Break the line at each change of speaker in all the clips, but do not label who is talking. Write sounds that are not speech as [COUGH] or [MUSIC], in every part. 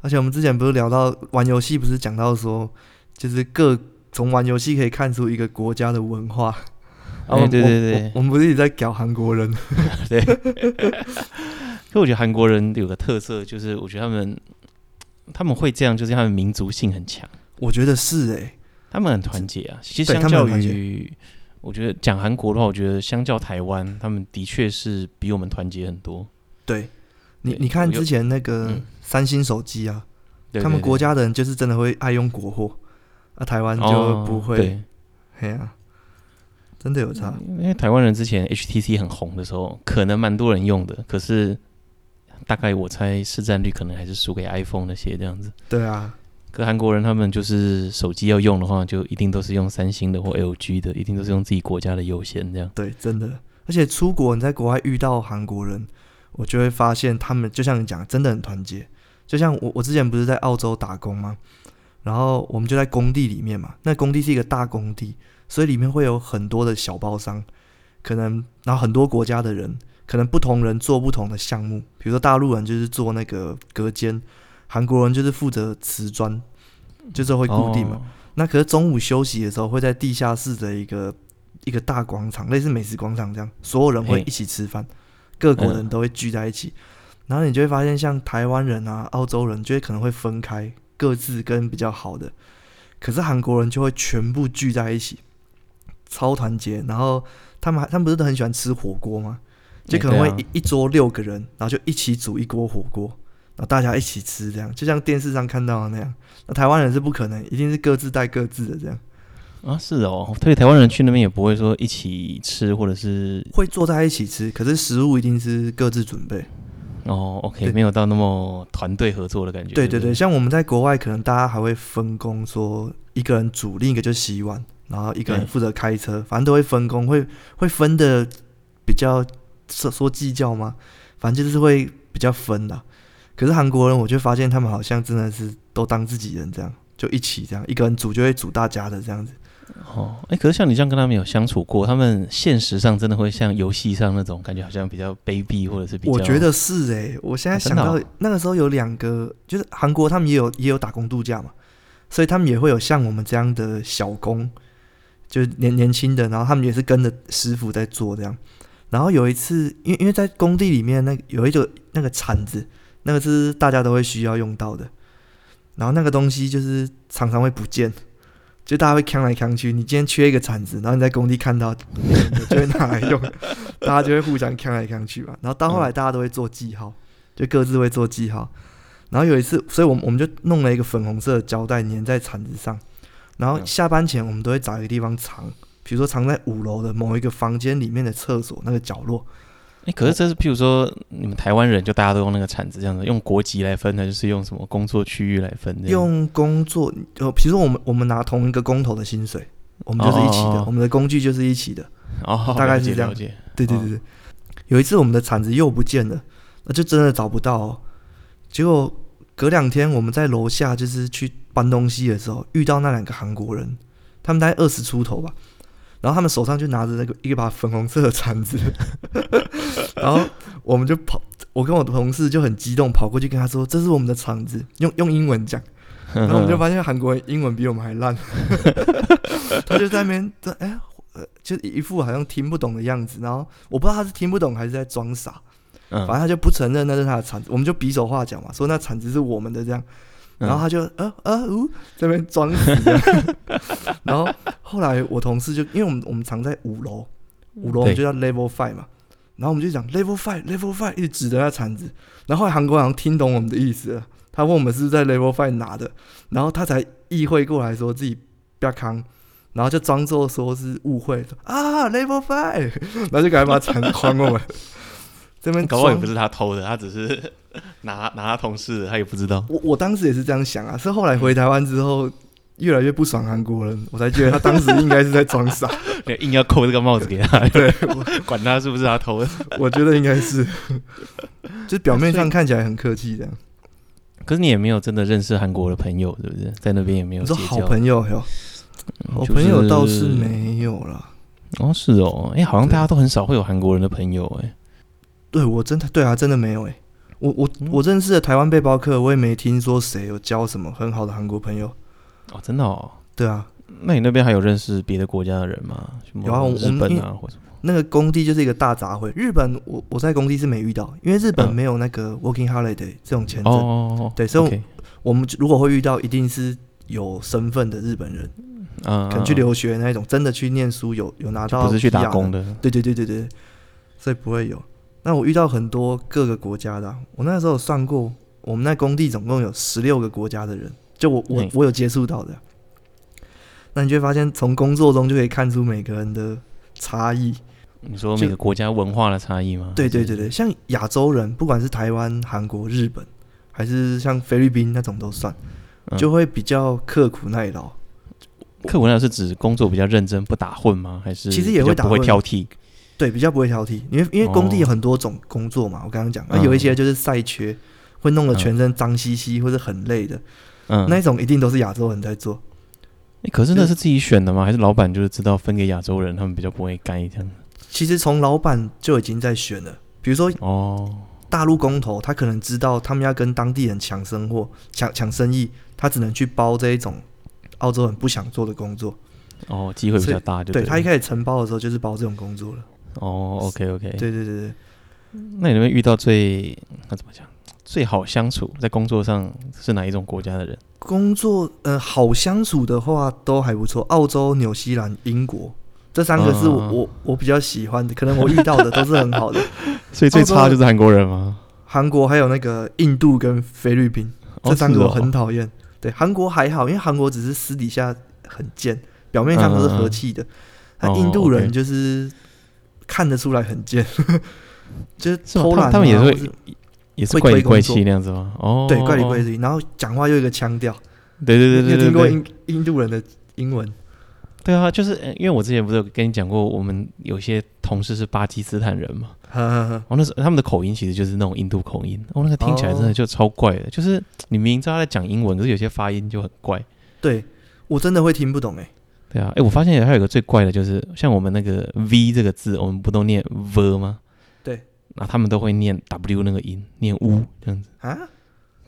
而且我们之前不是聊到玩游戏，不是讲到说，就是各从玩游戏可以看出一个国家的文化。啊，
哎
我
对
我
对对
我我们不是一直在搞韩国人？
[LAUGHS] 可我觉得韩国人有个特色，就是我觉得他们他们会这样，就是他们民族性很强，
我觉得是哎诶、
他们很团结啊。其实
对
相
他
较
们很团
于我觉得讲韩国的话，我觉得相较台湾，他们的确是比我们团结很多。
对，你
对
你看
我有
之前那个
嗯
三星手机啊，
对
他们
对
国
对
家的人就是真的会爱用国货，啊，台湾就
哦
不会。
对，嗯
嘿啊，真的有差。
因为台湾人之前 HTC 很红的时候，可能蛮多人用的，可是大概我猜市占率可能还是输给 iPhone 那些这样子。
对啊，
可韩国人他们就是手机要用的话，就一定都是用三星的或 LG 的，一定都是用自己国家的优先这样。
对，真的。而且出国你在国外遇到韩国人，我就会发现他们就像你讲，真的很团结。就像我我之前不是在澳洲打工吗？然后我们就在工地里面嘛，那工地是一个大工地，所以里面会有很多的小包商，可能然后很多国家的人，可能不同人做不同的项目，比如说大陆人就是做那个隔间，韩国人就是负责瓷砖，就是会固定嘛。
哦
那可是中午休息的时候，会在地下室的一个一个大广场，类似美食广场这样，所有人会
嘿
一起吃饭，各国人都会聚在一起。然后你就会发现，像台湾人啊、澳洲人，就会可能会分开，各自跟比较好的。可是韩国人就会全部聚在一起，超团结。然后他们还他们不是都很喜欢吃火锅吗？就
哎
可能会
对啊
一、一桌六个人，然后就一起煮一锅火锅，然后大家一起吃，这样就像电视上看到的那样。那台湾人是不可能，一定是各自带各自的这样，
啊，是哦，所以台湾人去那边也不会说一起吃，或者是
会坐在一起吃，可是食物一定是各自准备。
哦，OK，
对
没有到那么团队合作的感觉。
对
对
对
不
对，，像我们在国外，可能大家还会分工，说一个人煮，另一个就洗碗，然后一个人
对
负责开车，反正都会分工，会会分的比较说说计较吗？反正就是会比较分的。可是韩国人，我就发现他们好像真的是都当自己人这样，就一起这样，一个人煮就会煮大家的这样子。
哦，哎、可是像你这样跟他们有相处过，他们现实上真的会像游戏上那种感觉，好像比较卑鄙，或者是比较……
我觉得是诶、我现在
啊
想
真的
到、
哦
那个时候有两个，就是韩国他们也有也有打工度假嘛，所以他们也会有像我们这样的小工，就是年年轻的，然后他们也是跟着师傅在做这样。然后有一次，因为因为在工地里面那有一个那个铲子，那个是大家都会需要用到的，然后那个东西就是常常会不见。就大家会扛来扛去，你今天缺一个铲子，然后你在工地看
[LAUGHS]
到，你就会拿来用，大家就会互相扛来扛去嘛。然后到后来，大家都会做记号，就各自会做记号。然后有一次，所以我们我们就弄了一个粉红色的胶带粘在铲子上，然后
嗯
下班前我们都会找一个地方藏，比如说藏在五楼的某一个房间里面的厕所那个角落。
哎、可是这是譬如说你们台湾人就大家都用那个铲子这样子，用国籍来分呢，就是用什么工作区域来分这样？
用工作，呃，比如说我们我们拿同一个工头的薪水，我们就是一起的，
哦哦哦
我们的工具就是一起的。
哦，
大概
了
是
解
这样
了解
对对对对，有一次我们的铲子又不见了，那就真的找不到、哦。结果隔两天我们在楼下就是去搬东西的时候，遇到那两个韩国人，他们大概二十出头吧，然后他们手上就拿着那个一把粉红色的铲子， [LAUGHS] 然后我们就跑，我跟我的同事就很激动跑过去跟他说：“这是我们的铲子。”用用英文讲。然后我们就发现韩国人英文比我们还烂，他就在那边在哎、呃就一副好像听不懂的样子。然后我不知道他是听不懂还是在装傻，
嗯
反正他就不承认那是他的铲子，我们就比手画脚嘛，说那铲子是我们的这样。然后他就呃呃呜、这边装死这样， [LAUGHS] 然后后来我同事就因为我们我们常在五楼，五楼我们就叫 level five 嘛，然后我们就讲 level five level five 一直指着那铲子，然后后来韩国人好像听懂我们的意思了，他问我们是不是在 level five 拿的，然后他才意会过来说自己不要扛。然后就装作说是误会，说啊 level five，然 [LAUGHS] 后就赶快把铲子还我们。 [LAUGHS] 这边
搞不好也
装
不是他偷的，他只是拿 [LAUGHS] 拿他同事的，他也不知 [LAUGHS] 道。
我我当时也是这样想啊，是后来回台湾之后，越来越不爽韩国人，我才觉得他当时应该是在装傻。 [LAUGHS]
硬要扣这个帽子给他， [LAUGHS] 对，管他是不是他偷的。
我觉得应该是，就表面上看起来很客气这样。
[LAUGHS] 可是你也没有真的认识韩国的朋友，对不对？在那边也没有
你
结
说
交。
好朋友哟，好
就
朋友
是
倒是没有啦。
哦，是哦，哎、好像
对
大家都很少会有韩国人的朋友、哎，
对我真的对啊，真的没有哎、我我
嗯
我认识的台湾背包客，我也没听说谁有交什么很好的韩国朋友。
哦，真的哦。
对啊，
那你那边还有认识别的国家的人吗？什么
有啊我
日
我们
本
因
啊，或者什么
那个工地就是一个大杂烩。日本我我在工地是没遇到，因为日本
嗯
没有那个 working holiday 这种签
哦
证。
哦，哦
对所以
OK，
我们如果会遇到，一定是有身份的日本人，
嗯，
可能去
嗯嗯
留学那一种，真的去念书有有拿
就
到，
不是去打工。的，
对对对对对，所以不会有。那我遇到很多各个国家的啊、我那时候有算过，我们那工地总共有十六个国家的人，就我我
嗯
我有接触到的啊。那你就会发现，从工作中就可以看出每个人的差异。
你说
就
每个国家文化的差异吗？
对对
啊还是
对，对，像亚洲人，不管是台湾、韩国、日本，还是像菲律宾那种都算，
嗯
就会比较刻苦耐劳。
刻苦耐劳是指工作比较认真，不打混吗？还是
其实也
比较
会打
不会
混
挑剔？
对，比较不会挑剔，因为因为工地
哦
有很多种工作嘛，我刚刚讲，那、
嗯
有一些就是晒缺，会弄得
嗯
全身脏兮兮或者很累的，
嗯，
那一种一定都是亚洲人在做。
诶可是那是自己选的吗？还是老板就是知道分给亚洲人，他们比较不会干这样？
其实从老板就已经在选了，比如说
哦，
大陆工头，他可能知道他们要跟当地人抢生货、抢抢生意，他只能去包这一种澳洲人不想做的工作。
哦，机会比较大就
对
了
他一开始承包的时候就是包这种工作了。
哦，OK OK，
对对对对，
那你们遇到最那怎么讲最好相处在工作上是哪一种国家的人？
工作呃好相处的话都还不错，澳洲、纽西兰、英国这三个是我、
嗯
我我比较喜欢的，可能我遇到的都是很好
[LAUGHS]
的。
所以最差就是韩国人吗？
韩国还有那个印度跟菲律宾
哦
这三
是
个
哦
我很讨厌。对，韩国还好，因为韩国只是私底下很贱，表面上都是和气的。那、
哦
印度人
OK
就是看得出来很贱， [LAUGHS] 就是
是吗
偷懒啊、
他们他们也是会
或是
也是
会
怪里
推工
怪气
作
那样子吗？哦，
对怪里怪
气，
气，然后讲话又有一个腔调。
对对
你有
对对
听过
对对，
印印度人的英文？ [LAUGHS]
对啊，就是呃因为我之前不是有跟你讲过，我们有些同事是巴基斯坦人嘛，
呵呵呵。
哦，那时候他们的口音其实就是那种印度口音，哦，那个听起来真
哦
的就超怪的，就是你明明知道他在讲英文，可是有些发音就很怪。
对我真的会听不懂哎、
对啊，哎，我发现还有一个最怪的，就是像我们那个 V 这个字，我们不都念 V 吗？
对，
那他们都会念 W 那个音，念 U 这样子，
啊，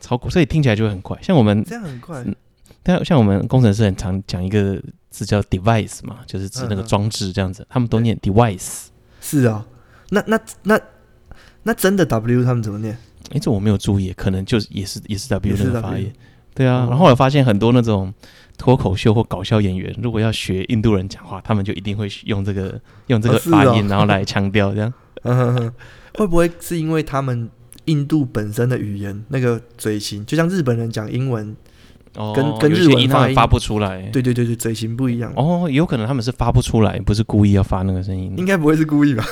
超怪，所以听起来就会很怪。像我们，
这样很快
嗯但像我们工程师很常讲一个字叫 device 嘛，就是指那个
嗯嗯
装置这样子，他们都念 device。
是啊、那那那那真的 W 他们怎么念？ [LAUGHS]
哎，这我没有注意，可能就是也是也是 W
也是
那
W
个发音。对啊，
哦
然后后来发现很多那种脱口秀或搞笑演员，如果要学印度人讲话，他们就一定会用这个用这
哦
个
是
发
哦
音，然后来强调这样。
嗯哼哼会不会是因为他们印度本身的语言那个嘴型，就像日本人讲英文，[LAUGHS]
哦，
跟跟
有一
日
些
文
音他
发
们
音
发不出来。
对对对对，嘴型不一样，
哦，有可能他们是发不出来，不是故意要发那个声
应
音。
该不会是故意吧？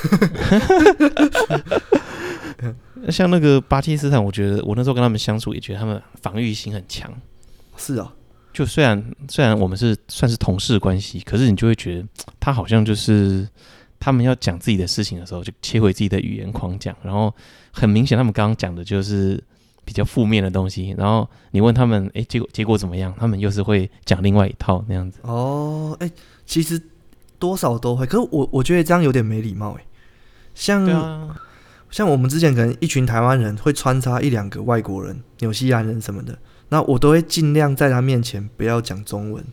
像那个巴基斯坦，我觉得我那时候跟他们相处，也觉得他们防御心很强。
是啊、
就虽然虽然我们是算是同事关系，可是你就会觉得他好像就是他们要讲自己的事情的时候，就切回自己的语言框架，然后很明显他们刚刚讲的就是比较负面的东西，然后你问他们，诶，结果结果怎么样？他们又是会讲另外一套那样子。
哦，哎、其实多少都会，可是我我觉得这样有点没礼貌哎、像、
对啊，
像我们之前可能一群台湾人会穿插一两个外国人、纽西兰人什么的，那我都会尽量在他面前不要讲中文，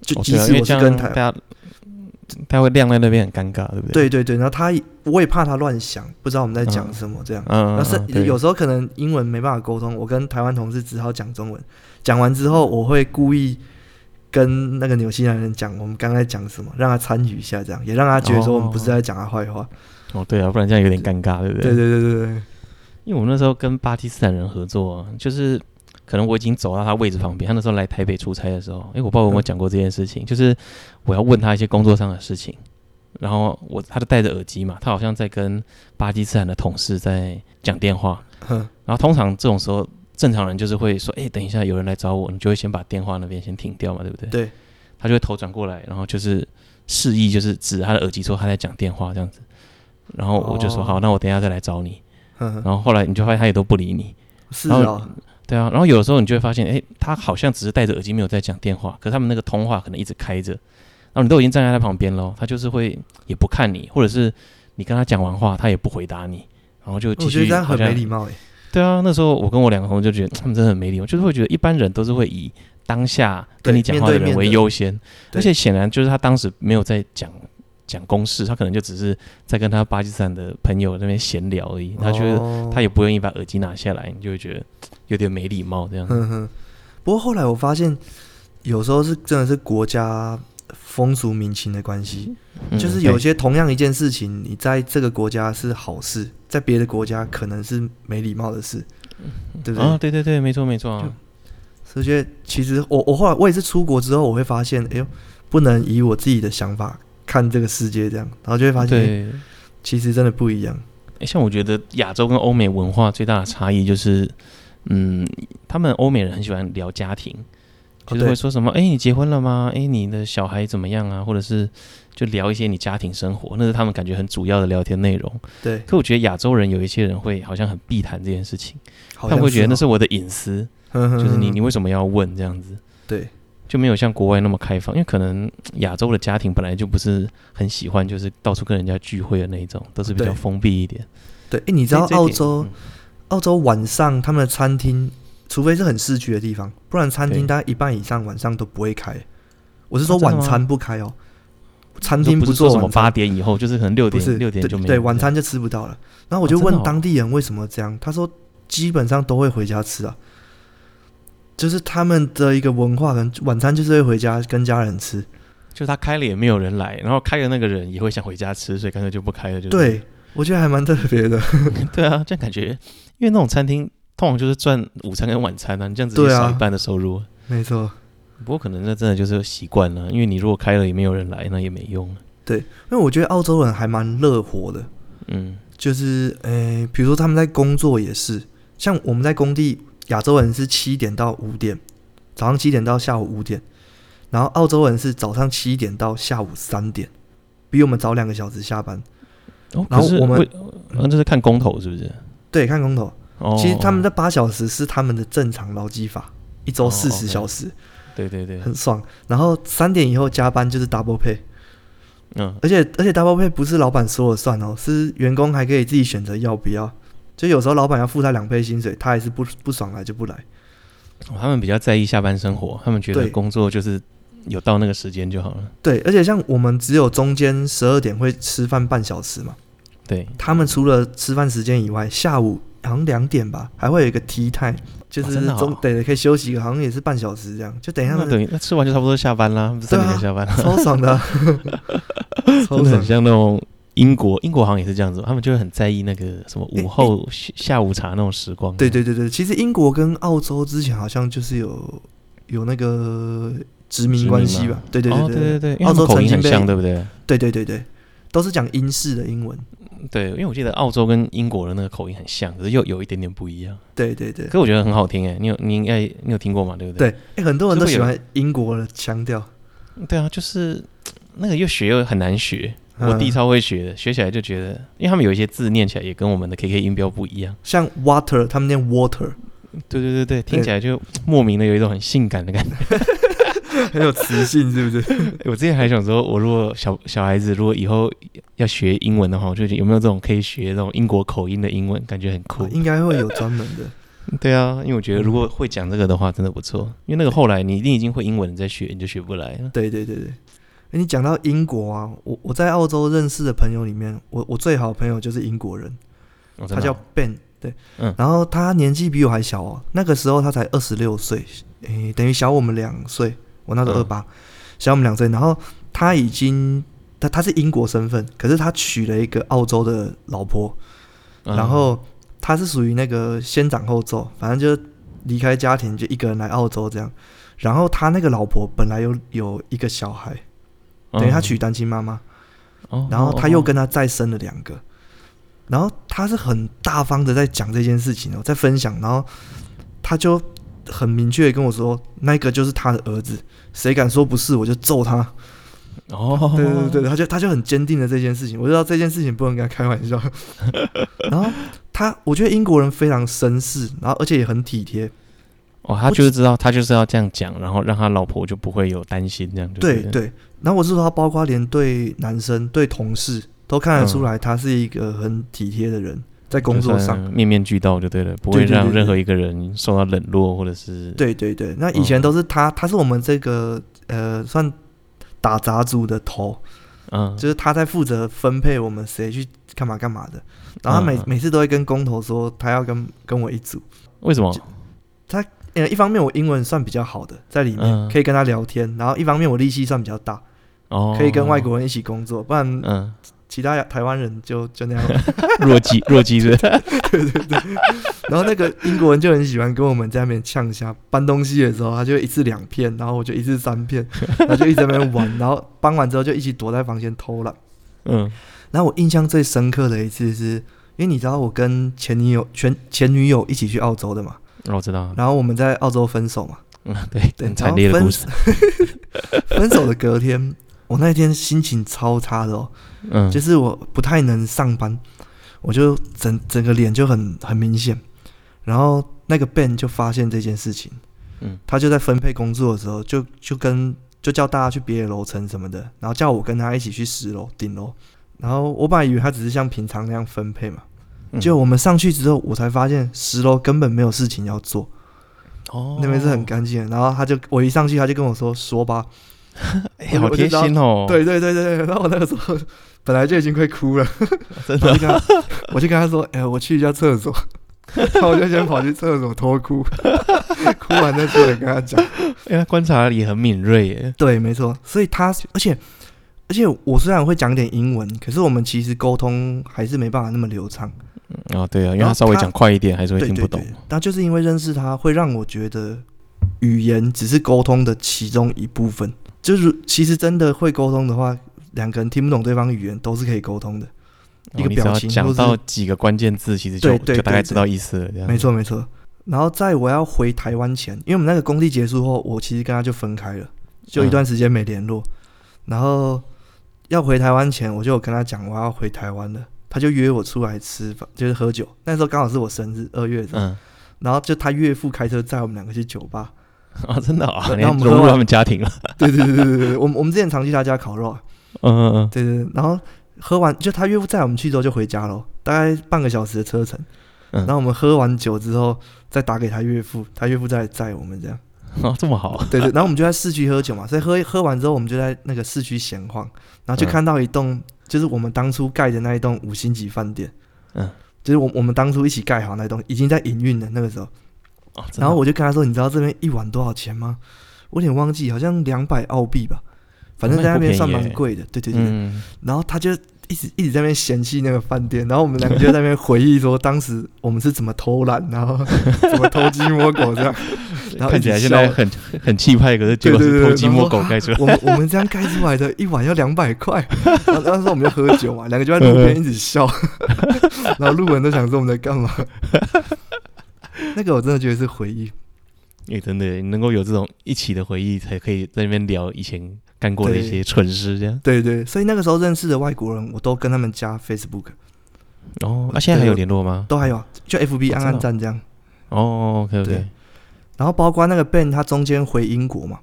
就
哦
即
对啊
使
因为
我
这
是
样
跟台，
大家他会晾在那边很尴尬，对不对？
对对对，然后他也我也怕他乱想，不知道我们在讲什么这样。
嗯，嗯，
啊那是
嗯对
有时候可能英文没办法沟通，我跟台湾同事只好讲中文。讲完之后，我会故意跟那个纽西兰人讲我们刚才讲什么，让他参与一下，这样也让他觉得说我们不是在讲他坏话。
哦，对啊，不然这样有点尴尬，对不
对
对？
对对对对，
因为我那时候跟巴基斯坦人合作、啊，就是可能我已经走到他位置旁边。他那时候来台北出差的时候，诶，我不知道有没有讲过这件事情，就是我要问他一些工作上的事情，然后我他就戴着耳机嘛，他好像在跟巴基斯坦的同事在讲电话。
哼，
然后通常这种时候，正常人就是会说，诶，等一下有人来找我，你就会先把电话那边先停掉嘛，对不对？
对，
他就会头转过来，然后就是示意，就是指他的耳机说他在讲电话这样子。然后我就说、
哦
好，那我等一下再来找你。
哼哼，
然后后来你就发现他也都不理你，
嗯是
然后
哦，
对啊，然后有的时候你就会发现，哎，他好像只是戴着耳机没有在讲电话，可是他们那个通话可能一直开着，然后你都已经站在他旁边喽，他就是会也不看你，或者是你跟他讲完话，他也不回答你，然后就
我
继
觉得
续
这样
好
很没
像
礼貌哎。
对啊，那时候我跟我两个同事就觉得他们真的很没礼貌，就是会觉得一般人都是会以当下跟
对
你讲话的
面对
人
面
为
的
优先，而
对
且显然就是他当时没有在讲讲公事，他可能就只是在跟他巴基斯坦的朋友那边闲聊而已，他觉得
得
他也不愿意把耳机拿下来，你就会觉得有点没礼貌这样。
哼哼，不过后来我发现，有时候是真的是国家风俗民情的关系，
嗯
就是有些同样一件事情，你在这个国家是好事，在别的国家可能是没礼貌的事，对不对？
啊，对对对，没错没错啊，
所以觉得其实我我后来我也是出国之后，我会发现，哎呦，不能以我自己的想法看这个世界这样，然后就会发现，诶
对。
其实真的不一样。
诶像我觉得亚洲跟欧美文化最大的差异就是，嗯，他们欧美人很喜欢聊家庭，
哦
就是会
对
说什么，哎、你结婚了吗？哎、你的小孩怎么样啊？或者是就聊一些你家庭生活，那是他们感觉很主要的聊天内容。
对，
可我觉得亚洲人有一些人会好像很避谈这件事情，
好
他
像
们会觉得那
哦
是我的隐私，
哼哼
就是你
哼
你为什么要问这样子？
嗯对
就没有像国外那么开放，因为可能亚洲的家庭本来就不是很喜欢，就是到处跟人家聚会的那一种，都是比较
对
封闭一点。
对，哎，你知道
这这一
澳
点
洲？
嗯
澳洲晚上他们的餐厅，除非是很市区的地方，不然餐
对
厅大概一半以上晚上都不会开。我是说
啊真的吗
晚餐不开哦，餐
就
厅
不是
做
说什么
晚
八
餐，
点以后，就是可能六
不是
点六点
对
就没有
对
了
晚餐就吃不到了。然后我就
哦真的
问
哦
当地人为什么这样，他说基本上都会回家吃啊，就是他们的一个文化，可能晚餐就是会回家跟家人吃。
就是他开了也没有人来，然后开的那个人也会想回家吃，所以干脆就不开了。就是
对，我觉得还蛮特别的。
[LAUGHS] 对啊，这样感觉，因为那种餐厅通常就是赚午餐跟晚餐啊，你这样子就
对啊
少一半的收入。
没错，
不过可能那真的就是习惯了，因为你如果开了也没有人来，那也没用。
因为我觉得澳洲人还蛮热火的，
嗯，
就是呃，比如说他们在工作也是，像我们在工地，亚洲人是七点到五点，早上七点到下午五点，然后澳洲人是早上七点到下午三点，比我们早两个小时下班。
哦、
然后
可是
我们
为，那、就是看工头是不是？
对，看工头，
哦，
其实他们
的
的八小时是他们的正常劳基法，一周
哦
四十
OK
小时，
对对对，
很爽。然后三点以后加班就是 double pay，
嗯，
而且而且 double pay 不是老板说了算哦，是员工还可以自己选择要不要。就有时候老板要付他两倍薪水，他还是不不爽来就不来。
哦他们比较在意下班生活，他们觉得
对
工作就是有到那个时间就好了。
对，而且像我们只有中间十二点会吃饭半小时嘛，
对，
他们除了吃饭时间以外，下午好像两点吧，还会有一个 tea time，就
哦
是
真的哦
中、对可以休息，好像也是半小时这样，就等一下
那等于那吃完就差不多下班啦，他们三
对啊
点才 [LAUGHS] 下班啦，
超爽的啊、超
真的很
爽。
像那种英国，英国好像也是这样子，他们就会很在意那个什么午后、下下午茶那种时光。
对，对对对，其实英国跟澳洲之前好像就是有有那个殖民关系
殖民
吧
吗？
对对
哦
对
对
对
对对，因为他
澳
们
洲
口
曾
音
经
很
被
像，对不对？
对对对对，都是讲英式的英文。
对，因为我记得澳洲跟英国的那个口音很像，可是又有一点点不一样。
对对对
可我觉得很好听哎，你有你应该你有听过嘛？对不
对
对？，
诶很多人
就
都
会
喜
有
欢英国的腔调。
对啊，就是那个又学又很难学。我
嗯
弟超会学的，学起来就觉得，因为他们有一些字念起来也跟我们的 KK 音标不一样。
像 water，他们念 water，
对对对对，听起来就莫名的有一种很性感的感觉。
[LAUGHS]
[LAUGHS]
很有磁性，是不 [LAUGHS] 是？
我之前还想说，我如果小小孩子如果以后要学英文的话，我就觉得有没有这种可以学那种英国口音的英文，感觉很酷。
啊应该会有专门的。
对啊，因为我觉得
嗯
如果会讲这个的话，真的不错。因为那个后来你一定已经会英文，你再学你就学不来了。
对对对对。诶你讲到英国啊，我我在澳洲认识的朋友里面，我我最好的朋友就是英国人，
哦真
他
的
叫
哦
Ben，对，
嗯
然后他年纪比我还小哦，那个时候他才二十六岁，诶、等于小我们两岁，我那时候二
嗯
八、小我们两岁，然后他已经他他是英国身份，可是他娶了一个澳洲的老婆，
嗯
然后他是属于那个先斩后奏，反正就是离开家庭就一个人来澳洲这样。然后他那个老婆本来有有一个小孩，等于他娶，单亲妈妈，
嗯
然后他又，
哦
跟他再生了两个。然后他是很大方的在讲这件事情哦，在分享，然后他就很明确的跟我说，那个就是他的儿子，谁敢说不是，我就揍他。
哦哦，
对对对对，他就他就很坚定的这件事情，我知道这件事情不能跟他开玩笑。 [LAUGHS] 然后他，我觉得英国人非常绅士，然后而且也很体贴。
哦，他就是知道他就是要这样讲，然后让他老婆就不会有担心这样就
对
了
对，然后我是说，他包括连对男生、对同事都看得出来，他是一个很体贴的人。在工作
嗯就
上
算。面面俱到就对了，不
对
会
对对
让任
对
何一个人受到冷落或者是
对对对，那以前
嗯
都是他，他是我们这个呃算打杂组的头，
嗯
就是他在负责分配我们谁去干嘛干嘛的。然后他每、
嗯嗯
每次都会跟工头说他要跟跟我一组。
为什么
呃，一方面我英文算比较好的，在里面、
嗯
可以跟他聊天，然后一方面我力气算比较大，
哦
可以跟外国人一起工作，不然
嗯
其他台湾人就就那样。
弱鸡弱鸡是不是
[LAUGHS] 然后那个英国人就很喜欢跟我们在那边呛一下，搬东西的时候他就一次两片，然后我就一次三
[LAUGHS]
片，然后就一直在那边玩，然后搬完之后就一起躲在房间偷懒。
嗯
然后我印象最深刻的一次是，因为你知道我跟前女友前前女友一起去澳洲的嘛，
哦我知道
然后我们在澳洲分手嘛，
嗯对
对，
很
然
惨
后
烈的
分
故事
分手的隔天，我那天心情超差的哦，
嗯
就是我不太能上班，我就整整个脸就很很明显。然后那个 Ben 就发现这件事情，
嗯，
他就在分配工作的时候，就就跟就叫大家去别的楼层什么的，然后叫我跟他一起去十楼顶楼。然后我本来以为他只是像平常那样分配嘛，
嗯
结果我们上去之后，我才发现十楼根本没有事情要做，
哦
那边是很干净的。然后他就我一上去，他就跟我说说吧，
哎好
我就
贴
知道
心哦，
对对对对对。然后我那个时候本来就已经快哭了。
真
我
的
就跟他，我就跟他说，哎、我去一下厕 [LAUGHS] 所，然后我就先跑去厕所脱裤，哭完再出来跟他讲。
哎他观察力很敏锐耶，
对，没错，所以他，而且而且我虽然会讲点英文，可是我们其实沟通还是没办法那么流畅。
嗯哦对啊，因为
然
他
后
稍微
他
讲快一点还是会
对
听
对
不懂
对，那就是因为认识他，会让我觉得语言只是沟通的其中一部分。就是其实真的会沟通的话，两个人听不懂对方语言都是可以沟通的。
哦
一个
你只
表
要
情
讲
或是
到几个关键字，其实就
对对
就大
对
概
对
知道意思了，这样
没错没错。然后在我要回台湾前，因为我们那个工地结束后，我其实跟他就分开了，就一段时间没联络。然后要回台湾前，我就有跟他讲我要回台湾了，他就约我出来吃饭，就是喝酒。那时候刚好是我生日，二月的时候
嗯
然后就他岳父开车载我们两个去酒吧。 [LAUGHS]
[LAUGHS] 啊真的啊，
对
你
然后
还
我们
融
喝
入
完
他们家庭了， [LAUGHS]
对对对对对对，我们我们之前常去他家烤肉啊。
嗯嗯嗯。
对对对，然后喝完就他岳父载我们去之后就回家了，大概半个小时的车程。
嗯
然后我们喝完酒之后再打给他岳父，他岳父再来载我们这样。
哦，这么好，
对对，然后我们就在市区喝酒嘛，所以喝喝完之后，我们就在那个市区闲晃，然后就
嗯
看到一栋，就是我们当初盖的那一栋五星级饭店，
嗯，
就是我我们当初一起盖好那栋，已经在营运了那个时候，
哦真的
然后我就跟他说，你知道这边一晚多少钱吗？我有点忘记，好像两百澳币吧，反正
哦那
在
也
那
不
边
便宜
算
耶
蛮贵的，对对对。
嗯，
然后他就一直一直在那边嫌弃那个饭店，然后我们两个就在那边回忆说，当时我们是怎么偷懒，然后 [LAUGHS] 怎么偷鸡摸狗
[LAUGHS]
这样。然后一
看
直
起来现
笑
在很很气派，可是结果
对对
是
对
偷鸡
然
摸
后
狗盖出来。
我们我们这样盖出来的一碗要两百块，然后那时候我们就喝酒嘛，两个就在路边一直
[LAUGHS]
笑，然后路人都想说我们在干嘛。那个我真的觉得是回忆，
[LAUGHS] 哎、真的耶，能够有这种一起的回忆，才可以在那边聊以前干过的一些蠢事，这样。
对对，所以那个时候认识的外国人，我都跟他们加 Facebook，
哦，那、现在还有联络吗？
都还有啊就 FB
哦
按
真的
按
哦
赞这样。
哦，OK
对
OK，
然后包括那个 Ben，他中间回英国嘛，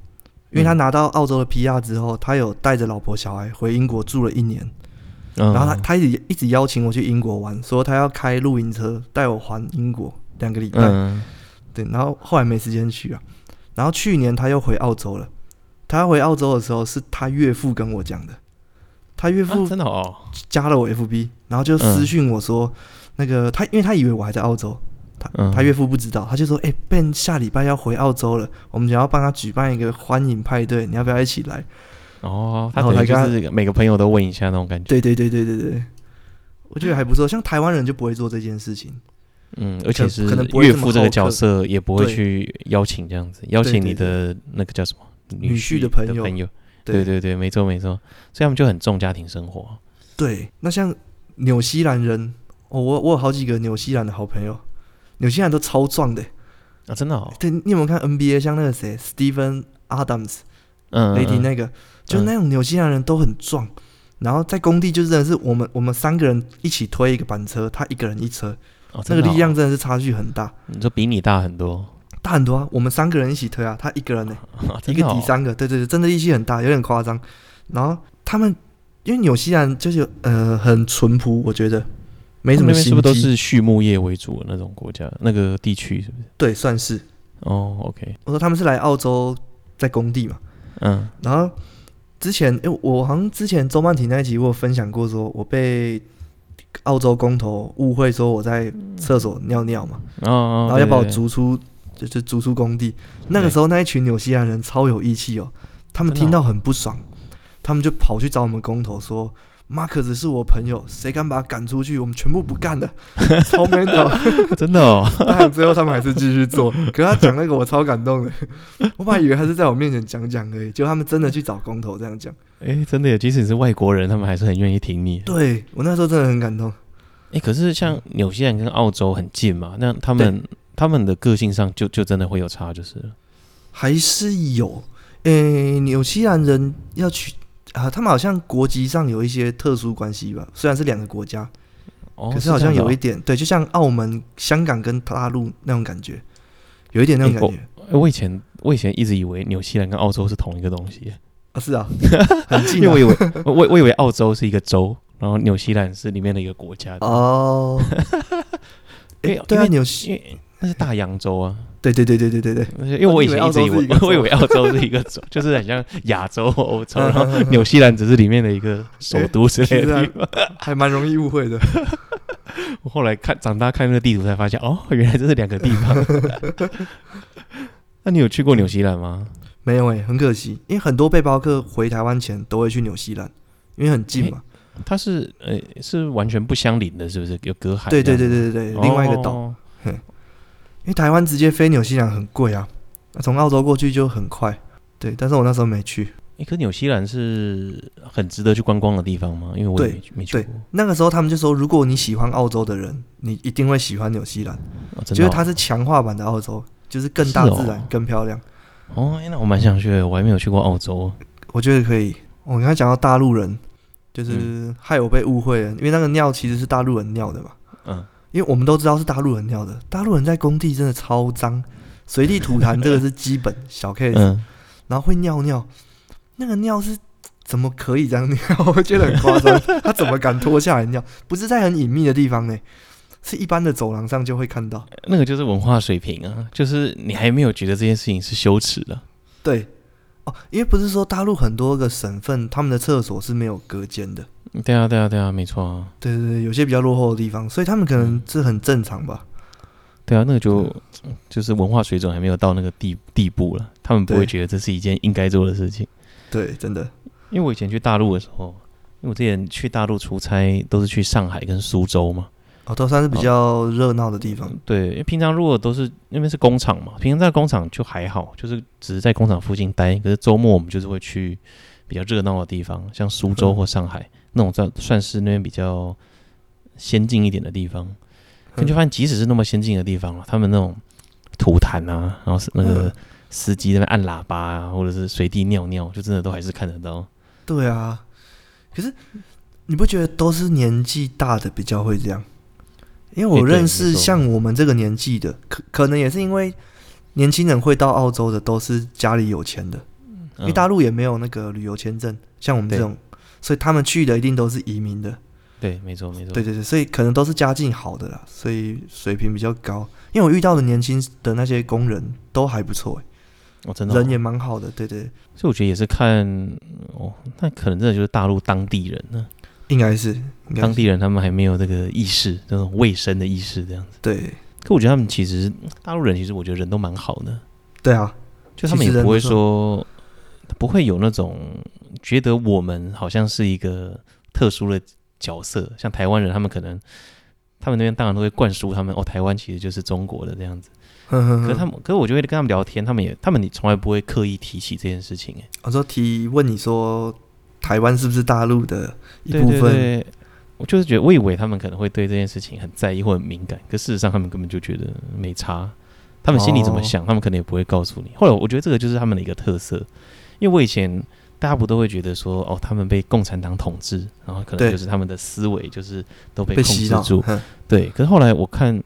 因为他拿到澳洲的 PR 之后，他有带着老婆小孩回英国住了一年，
嗯，
然后他他一直一直邀请我去英国玩，说他要开露营车带我环英国两个礼拜。
嗯，
对，然后后来没时间去啊。然后去年他又回澳洲了。他回澳洲的时候是他岳父跟我讲的，他岳
啊
父
真的嗯哦，
加了我 FB，、然后就私讯我说，那个他因为他以为我还在澳洲，他、
嗯
他岳父不知道，他就说，哎、ben 下礼拜要回澳洲了，我们想要帮他举办一个欢迎派对，你要不要一起来？
哦，他
然后
可能
我才
就
跟
是每个朋友都问一下那种感觉，
对对对对对对，我觉得还不错，像台湾人就不会做这件事情。
嗯，而且是
可能不会
岳
这么
父这
好
个
客
角色也不会
对
去邀请这样子，邀
对
请
对
你的那个叫什么
女
婿
婿的朋友
对
对
对对，没错没错，所以他们就很重家庭生活。
对，那像纽西兰人，哦，我我有好几个纽西兰的好朋友，纽西兰都超壮的。
啊，真的哦，
对，你有没有看 NBA？像那个谁，Steven Adams，
嗯，
雷霆
嗯
那个，就那种纽西兰人都很壮。然后在工地就真的是我们我们三个人一起推一个板车，他一个人一车，
哦
那
真
个
的
力
哦
量真的是差距很大，
你说比你大很多，
大很多啊。我们三个人一起推啊，他一个人呢、
啊
[LAUGHS] 一个抵，三个，对对对，真的力气很大，有点夸张。然后他们因为纽西兰就是有呃很淳朴，我觉得没什
他
么
们那边
心机，
是不是都是畜牧业为主的那种国家、那个地区？是不是？
对，算是。
哦，OK，
我说他们是来澳洲在工地嘛，
嗯
然后之前哎、诶我好像之前周曼婷那一集我有分享过说我被澳洲工头误会说我在厕所尿尿嘛，
哦，哦
然后要把我，
对对对
逐出，就就逐出工地。那个时候那一群纽西兰人超有义气哦，他们
真的哦
听到很不爽，他们就跑去找我们工头说。马克子是我朋友，谁敢把他赶出去，我们全部不干了， [LAUGHS] 超 man 的哦。
[LAUGHS] 真的哦，
[LAUGHS] 当然最后他们还是继续做，可是他讲那个我超感动的， [LAUGHS] 我本来以为他是在我面前讲讲而已，结果他们真的去找工头这样讲。
哎，真的耶，即使你是外国人，他们还是很愿意听你。
对我那时候真的很感动，
哎，可是
嗯
像纽西兰跟澳洲很近嘛，那他们他们的个性上就就真的会有差，就是了
还是有，诶、纽西兰人要去啊，他们好像国籍上有一些特殊关系吧，虽然是两个国家，
哦，
可是好像有一
点，
点、对，就像澳门、香港跟大陆那种感觉，有一点那种感觉、
诶我以前我以前一直以为纽西兰跟澳洲是同一个东西，
啊，
[LAUGHS]
是啊，很近
因为
啊、
我以为我我我以为澳洲是一个州，然后纽西兰是里面的一个国家， [LAUGHS]
哦，
因
诶
为
对啊，
因为
纽西，
因为那是大洋洲啊，
对对对对对对对，
那是因为我以前一直以为
哦你以为澳洲是一个州
我以为澳洲是一个州，就是很像亚洲、欧
[LAUGHS]
洲，然后
嗯嗯嗯
纽西兰只是里面的一个首都之类的
诶
地方。
还蛮容易误会的。
[LAUGHS] 我后来看长大看那个地图才发现，哦，原来这是两个地方。 [LAUGHS] 那你有去过纽西兰吗？
没有诶、欸很可惜，因为很多背包客回台湾前都会去纽西兰，因为很近嘛。
它是呃是完全不相邻的，是不是？有隔哎海这
对
样？
对对对对对，另外一个岛，
哦
因为台湾直接飞纽西兰很贵啊，那从澳洲过去就很快。对，但是我那时候没去，
诶可纽西兰是很值得去观光的地方吗？因为我也
对
没去没去
对
过，
那个时候他们就说，如果你喜欢澳洲的人，你一定会喜欢纽西兰，
哦真
就是
的哦
它是强化版的澳洲，就是更大
是哦
自然、更漂亮。
哦，诶那我蛮想去的，我还没有去过澳洲。
我觉得可以。我刚才讲到大陆人，就是害我被误会了，因为那个尿其实是大陆人尿的嘛。
嗯，
因为我们都知道是大陆人尿的，大陆人在工地真的超脏，随地吐痰这个是基
[LAUGHS]
本小 case，、
嗯，
然后会尿尿，那个尿是怎么可以这样尿？ [LAUGHS] 我觉得很夸
[LAUGHS]
张，他怎么敢脱下来尿？不是在很隐秘的地方呢，是一般的走廊上就会看到。
那个就是文化水平啊，就是你还没有觉得这件事情是羞耻的。
对，哦，因为不是说大陆很多个省份他们的厕所是没有隔间的，
对啊，对啊，对啊，没错啊，
对对对，有些比较落后的地方，所以他们可
嗯
能这很正常吧。
对啊，那个就就是文化水准还没有到那个地地步了，他们不会
对
觉得这是一件应该做的事情。
对，真的，
因为我以前去大陆的时候，因为我之前去大陆出差都是去上海跟苏州嘛，
哦，都算是比较热闹的地方。
对，因为平常如果都是那边是工厂嘛，平常在工厂就还好，就是只是在工厂附近待。可是周末我们就是会去比较热闹的地方，像苏州
嗯
或上海、那种算算是那边比较先进一点的地方。你
嗯
就发现，即使是那么先进的地方啊，他们那种吐痰啊，然后是那个
嗯
司机在那边按喇叭啊，或者是随地尿尿，就真的都还是看得到。
对啊，可是你不觉得都是年纪大的比较会这样？因为
诶
我
对
认
没
识
错
像我们这个年纪的，可可能也是因为年轻人会到澳洲的都是家里有钱的，因为
嗯
大陆也没有那个旅游签证，像我们这
对
种，所以他们去的一定都是移民的。
对，没错没错，
对对对，所以可能都是家境好的啦，所以水平比较高。因为我遇到的年轻的那些工人都还不错、
我、哦真的、
人也蛮好的。对对，
所以我觉得也是看哦，那可能真的就是大陆当地人呢、
应该是应该
当
是
地人他们还没有这个意识，这种卫生的意识这样子。
对
可我觉得他们其实大陆人，其实我觉得人都蛮好的，
对啊，
就他们
其实
也
人
不会
不错
说，不会有那种觉得我们好像是一个特殊的角色，像台湾人，他们可能他们那边当然都会灌输他们哦，台湾其实就是中国的这样子。
呵呵呵
可是他们，可是我就会跟他们聊天，他们也他们也从来不会刻意提起这件事情、欸，
[LAUGHS] 我说提问你说台湾是不是大陆的一
对
部
对
分？
对，我就是觉得，我以为他们可能会对这件事情很在意或很敏感，可事实上他们根本就觉得没差。他们心里怎么
哦
想，他们可能也不会告诉你。后来我觉得这个就是他们的一个特色，因为我以前大家不都会觉得说，哦，他们被共产党统治，然后可能
对
就是他们的思维就是都被
被
控
洗
制
脑，
住。
哼
对，可是后来我看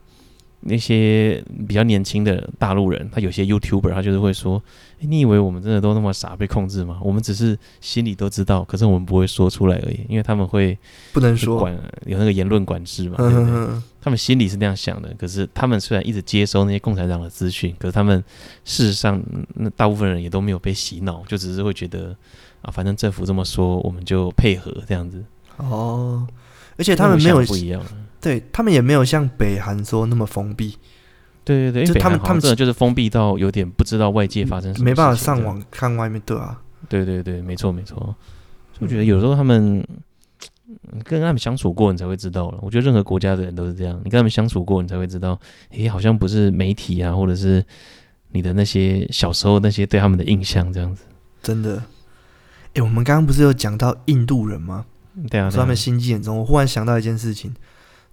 那些比较年轻的大陆人，他有些 YouTuber 他就是会说、诶你以为我们真的都那么傻被控制吗？我们只是心里都知道，可是我们不会说出来而已，因为他们会
不能
去
说。
管有那个言论管制嘛，对
嗯
不
[LAUGHS] 哼
对？
哼，
他们心里是那样想的，可是他们虽然一直接收那些共产党的资讯，可是他们事实上，嗯那大部分人也都没有被洗脑，就只是会觉得啊，反正政府这么说，我们就配合这样子。
哦，而且他们
那
没
我
有
想不一样，
对他们也没有像北韩说那么封闭，
对对对，因
就
为北
他们
韩好像
他们
真的就是封闭到有点不知道外界发生什么，
没办法上。网看外面，对啊，
对对对，没错没错。所以我觉得有时候他们嗯跟他们相处过，你才会知道了。我觉得任何国家的人都是这样，你跟他们相处过，你才会知道，诶，好像不是媒体啊，或者是你的那些小时候那些对他们的印象这样子。
真的。诶，我们刚刚不是有讲到印度人吗？
对啊，
说他
对
们
啊
心机很重，我忽然想到一件事情，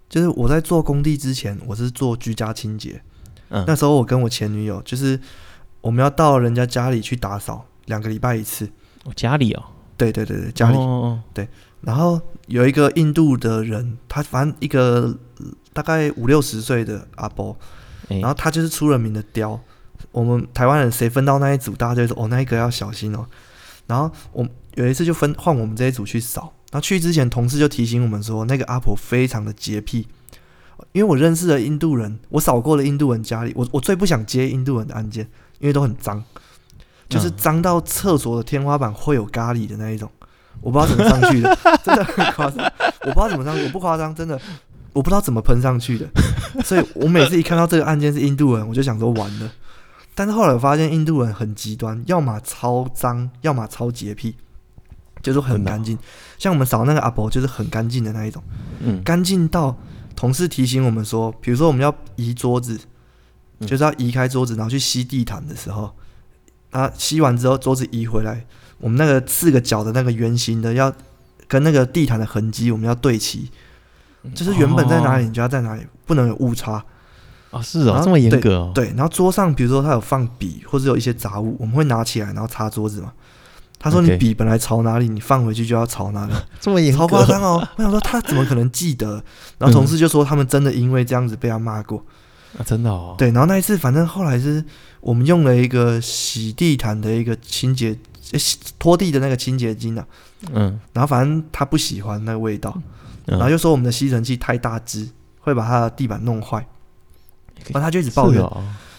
就是我在做工地之前，我是做居家清洁。
嗯
那时候我跟我前女友，就是我们要到人家家里去打扫，两个礼拜一次。
我家里哦，
对对对对，家里。
哦哦
然后有一个印度的人，他反正一个呃大概五六十岁的阿伯，
哎
然后他就是出了名的刁。我们台湾人谁分到那一组，大家就会说哦，那一个要小心哦。然后我有一次就分换我们这一组去扫，然后去之前同事就提醒我们说，那个阿婆非常的洁癖。因为我认识的印度人，我扫过了印度人家里，我我最不想接印度人的案件，因为都很脏，就是
嗯
脏到厕所的天花板会有咖喱的那一种，我不知道怎么上
[LAUGHS]
去的，真的很夸张，我不知道怎么上去，我不夸张，真的我不知道怎么喷上去的，所以我每次一看到这个案件是印度人，我就想说完了。但是后来我发现印度人很极端，要么超脏，要么超洁癖，就是很
真的哦
干净。像我们扫那个阿伯就是很干净的那一种，
嗯，
干净到同事提醒我们说，比如说我们要移桌子，
嗯
就是要移开桌子，然后去吸地毯的时候，啊，吸完之后桌子移回来，我们那个四个角的那个圆形的要跟那个地毯的痕迹我们要对齐，
嗯
就是原本在哪里，你就要在哪里，不能有误差。
哦哦是哦
然，后
这么严格哦，
对，然后桌上比如说他有放笔或者有一些杂物，我们会拿起来然后擦桌子嘛。他说你
OK
笔本来朝哪里，你放回去就要朝哪里。
这么严
超夸张哦！我想说他怎么可能记得？然后同事就说他们真的因为这样子被他骂过。
啊，真的哦，，
对，然后那一次反正后来是我们用了一个洗地毯的一个清洁、诶洗拖地的那个清洁精啊，
嗯，
然后反正他不喜欢那个味道，然
然
后又说我们的吸尘器太大只，会把他的地板弄坏。反正他就一直抱怨，
哦，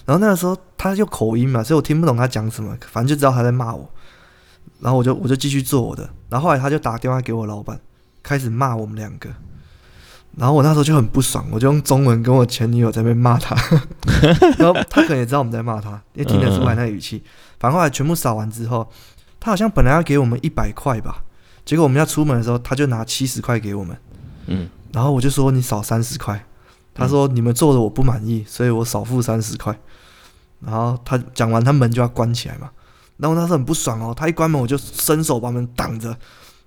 然后那个时候他就口音嘛，所以我听不懂他讲什么，反正就知道他在骂我。然后我就我就继续做我的。然后后来他就打电话给我老板，开始骂我们两个。然后我那时候就很不爽，我就用中文跟我前女友在那边骂他，然后他可能也知道我们在骂他，也听得出来那语气。反正后来全部扫完之后，他好像本来要给我们一百块吧，结果我们要出门的时候，他就拿七十块给我们。
嗯，
然后我就说你少三十块，他说你们做的我不满意，所以我少付三十块。然后他讲完，他门就要关起来嘛。然后我那时候很不爽哦，他一关门我就伸手把门挡着，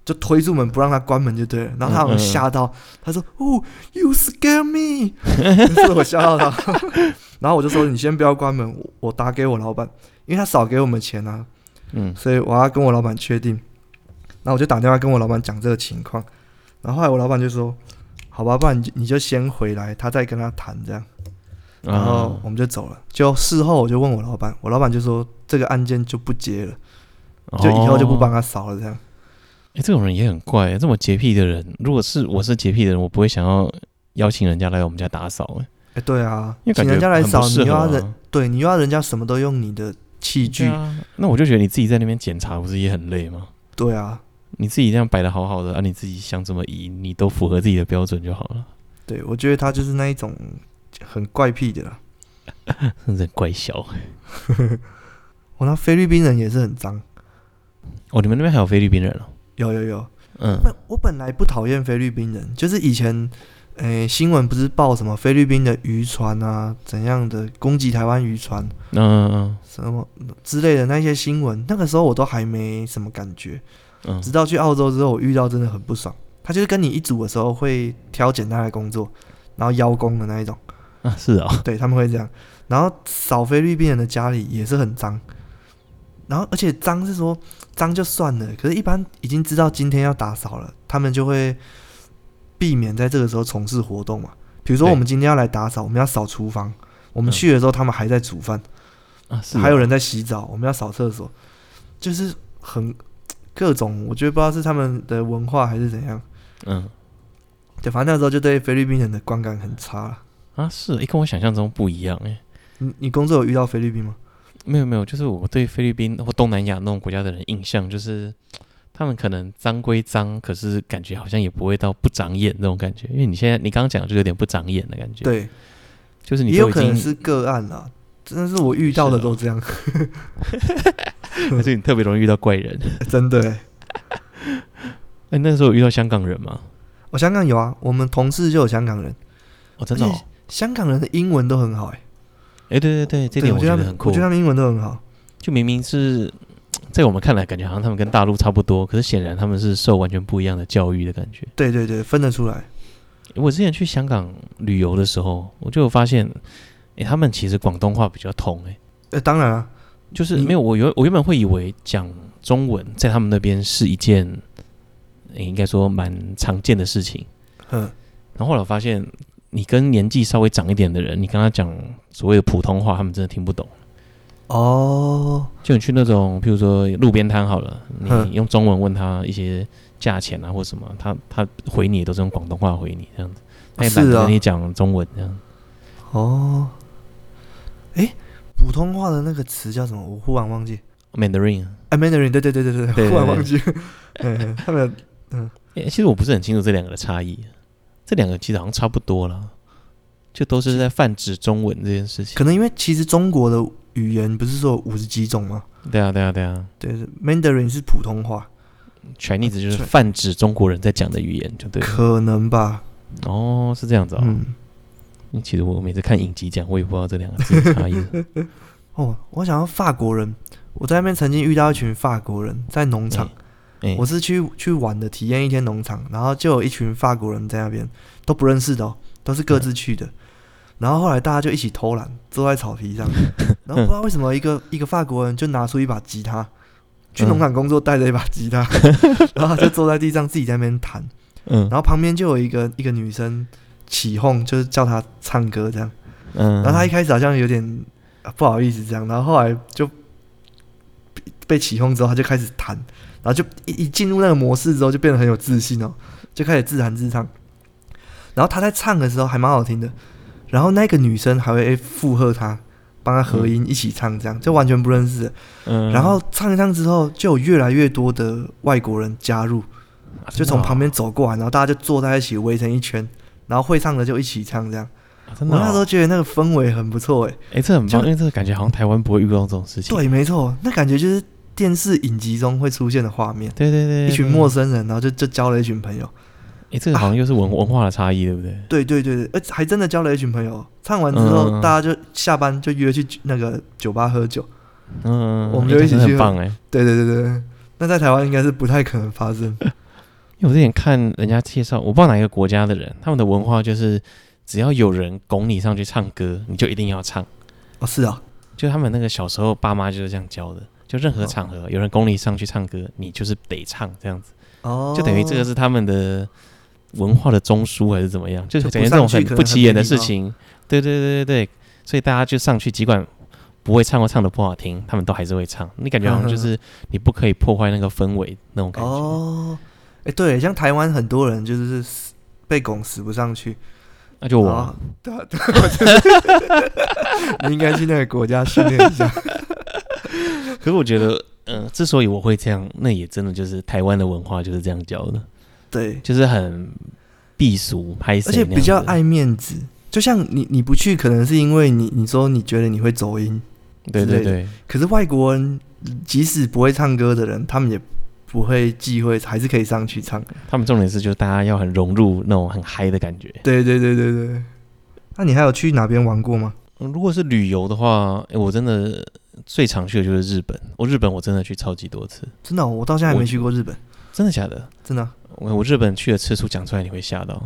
就推住门不让他关门就对了。然后他好像吓到，他说：“哦，you scare me！” [LAUGHS] 是我吓到他。然后我就说：“你先不要关门，我我打给我老板，因为他少给我们钱啊，
嗯，
所以我要跟我老板确定。那我就打电话跟我老板讲这个情况，然后后来我老板就说：“好吧，不然你就你就先回来，他再跟他谈这样。”然后
啊
我们就走了。就事后我就问我老板，我老板就说这个案件就不接了，
啊哦
就以后就不帮他扫了这样。
哎、这种人也很怪、这么洁癖的人，如果是我是洁癖的人，我不会想要邀请人家来我们家打扫、欸，
哎、对啊
因为，
请
感觉
人家来
很不
扫，你
适
又
合
要
啊
人，对你又要人家什么都用你的器具
对，啊，那我就觉得你自己在那边检查，不是也很累吗？
对啊，
你自己这样摆的好好的，啊，你自己想怎么移，你都符合自己的标准就好了。
对我觉得他就是那一种很怪癖的啦。
人怪小
欸我哦那菲律宾人也是很脏，
哦，你们那边还有菲律宾人哦？
有有有，
嗯，
本我本来不讨厌菲律宾人，就是以前。诶，新闻不是报什么菲律宾的渔船啊，怎样的攻击台湾渔船
嗯嗯
什么之类的那些新闻，那个时候我都还没什么感觉。
嗯
直到去澳洲之后，我遇到真的很不爽。他就是跟你一组的时候会挑简单的工作，然后邀功的那一种，
嗯啊，是哦，
对他们会这样。然后扫菲律宾人的家里也是很脏，然后而且脏是说脏就算了，可是一般已经知道今天要打扫了，他们就会避免在这个时候从事活动嘛，比如说
对
我们今天要来打扫，我们要扫厨房，我们
嗯
去的时候他们还在煮饭，
啊，是
还有
哦
人在洗澡，我们要扫厕所，就是很各种，我觉得不知道是他们的文化还是怎样。
嗯
对，反正那时候就对菲律宾人的观感很差了。
啊是哦，诶跟我想象中不一样哎，
你你工作有遇到菲律宾吗？
没有没有，就是我对菲律宾或东南亚那种国家的人印象就是。他们可能脏归脏，可是感觉好像也不会到不长眼那种感觉，因为你现在你刚刚讲的就有点不长眼的感觉。，
对，
就是你
也
都
有
已
可
经
能是个案啦，真的是我遇到的
是啊
都这样， [LAUGHS]
可是你特别容易遇到怪人。 [LAUGHS]
真的、欸。
哎、那时候有遇到香港人吗？
我、香港有啊，我们同事就有香港人，
哦，真的、哦
而。香港人的英文都很好、欸，哎，
哎、对对对，这点
我
觉
他
得
们
很酷。
我觉得他们英文都很好。
就明明是在我们看来，感觉好像他们跟大陆差不多，可是显然他们是受完全不一样的教育的感觉。
对对对，分得出来。
我之前去香港旅游的时候，我就有发现，哎、他们其实广东话比较通、哎诶
呃，当然啊，
就是
你
没有我原我原本会以为讲中文在他们那边是一件，诶应该说蛮常见的事情。
嗯，
然后后来我发现，你跟年纪稍微长一点的人，你跟他讲所谓的普通话，他们真的听不懂。
哦，
就你去那种，譬如说路边摊好了，
嗯
你用中文问他一些价钱啊或什么，他他回你也都是用广东话回你这样子，他也懒
是啊
得跟你讲中文这样。
哦，哎、普通话的那个词叫什么？我忽然忘记。
Mandarin，、啊
哎，Mandarin，对对对对
对
对， [LAUGHS] 忽然
对
忘记。嗯，他们
诶其实我不是很清楚这两个的差异，这两个其实好像差不多啦，就都是在泛指中文这件事情
可。能因为其实中国的语言不是说有五十几种吗？
对啊，对啊，对啊
对对，Mandarin 是普通话，
，Chinese 就是泛指中国人在讲的语言，就对了。
可能吧。
哦，是这样子哦。
嗯，
因为其实我每次看影集讲，我也不知道这两个字
[LAUGHS]
的差异。
哦，我想要法国人，我在那边曾经遇到一群法国人在农场，
哎、
我是去去玩的，体验一天农场，然后就有一群法国人在那边，都不认识的、哦，都是各自去的。然后后来大家就一起偷懒，坐在草皮上，然后不知道为什么一个一个法国人就拿出一把吉他，去农场工作带着一把吉他， [LAUGHS] 然后他就坐在地上自己在那边弹，
嗯
然后旁边就有一个一个女生起哄，就是叫他唱歌这样。
嗯，
然后他一开始好像有点、啊不好意思这样，然后后来就被被起哄之后，他就开始弹，然后就一一进入那个模式之后，就变得很有自信哦，就开始自弹自唱。然后他在唱的时候还蛮好听的，然后那个女生还会附和他，帮他合音一起唱，这样就完全不认识的。
嗯
然后唱一唱之后，就有越来越多的外国人加入，
啊
就从旁
边、
边走过来，然后大家就坐在一起围成一圈，然后会唱的就一起唱这样。
啊真
我
的哦、
那时候觉得那个氛围很不错诶。欸
哎、这很
就
棒，因为这个感觉好像台湾不会遇到这种事情。
对，没错，那感觉就是电视影集中会出现的画面，
对对对，
一群
对
陌生人，然后就就交了一群朋友。
哎、这个好像又是文、
啊
文化的差异，对不对？
对对对，对而且还真的交了一群朋友。唱完之后，
嗯
大家就下班就约去酒那个酒吧喝酒。
嗯，
我们
诶
就
这
一起
真的
去
很棒哎、
对对对对，那在台湾应该是不太可能发
[LAUGHS]
生。
因为我之前看人家介绍，我不知道哪一个国家的人，他们的文化就是只要有人拱你上去唱歌，你就一定要唱。
哦，是啊，
就他们那个小时候爸妈就是这样教的，就任何场合有人拱你上去唱歌，你就是得唱这样子，
哦，
就等于这个是他们的文化的中枢还是怎么样，就是
就
等于
不
这
上
种
去
很
可能
不
很
起
没
眼的
礼
事
貌
情。对对对对对，所以大家就上去，尽管不会唱或唱的不好听，他们都还是会唱。你感觉好像就
嗯哼
是你不可以破坏那个氛围那种感觉。
哦，哎，对，像台湾很多人就是死被拱死不上去，
那就我
然
啊
后，对啊，对啊
[LAUGHS]
你应该去那个国家训练一下。
可是我觉得，嗯、之所以我会这样，那也真的就是台湾的文化就是这样教的，
对，
就是很避俗、拍
而且比较爱面子。就像你你不去，可能是因为你你说你觉得你会走音，
对
之
对
类的
对，
可是外国人即使不会唱歌的人，他们也不会忌讳，还是可以上去唱。
他们重点是就是大家要很融入那种很嗨的感觉。
对对对对对。那你还有去哪边玩过吗？
嗯如果是旅游的话，诶我真的最常去的就是日本。我日本我真的去超级多次，
真的哦、我到现在还没去过日本，
真的假的？
真的啊、
我我日本去的次数讲出来你会吓到，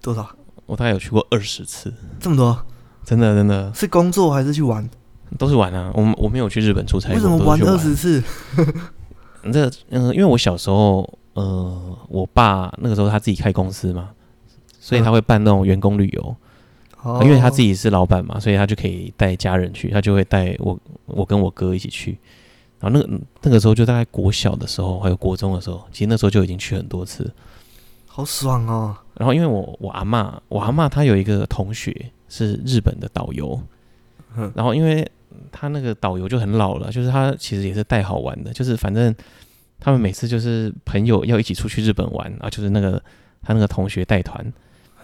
多少？
我大概有去过二十次，
这么多？
真的真的
是工作还是去玩？
都是玩啊。我我没有去日本出差，
为什么
我都是去
二十次？
这嗯、因为我小时候，呃，我爸那个时候他自己开公司嘛，所以他会办那种员工旅游，
哦，
因为他自己是老板嘛，所以他就可以带家人去，他就会带我我跟我哥一起去。然后那个那个时候就大概国小的时候，还有国中的时候，其实那时候就已经去很多次。
好爽哦，
然后因为我我阿嬷，我阿嬷她有一个同学是日本的导游，
嗯
然后因为他那个导游就很老了，就是他其实也是带好玩的，就是反正他们每次就是朋友要一起出去日本玩啊，就是那个他那个同学带团，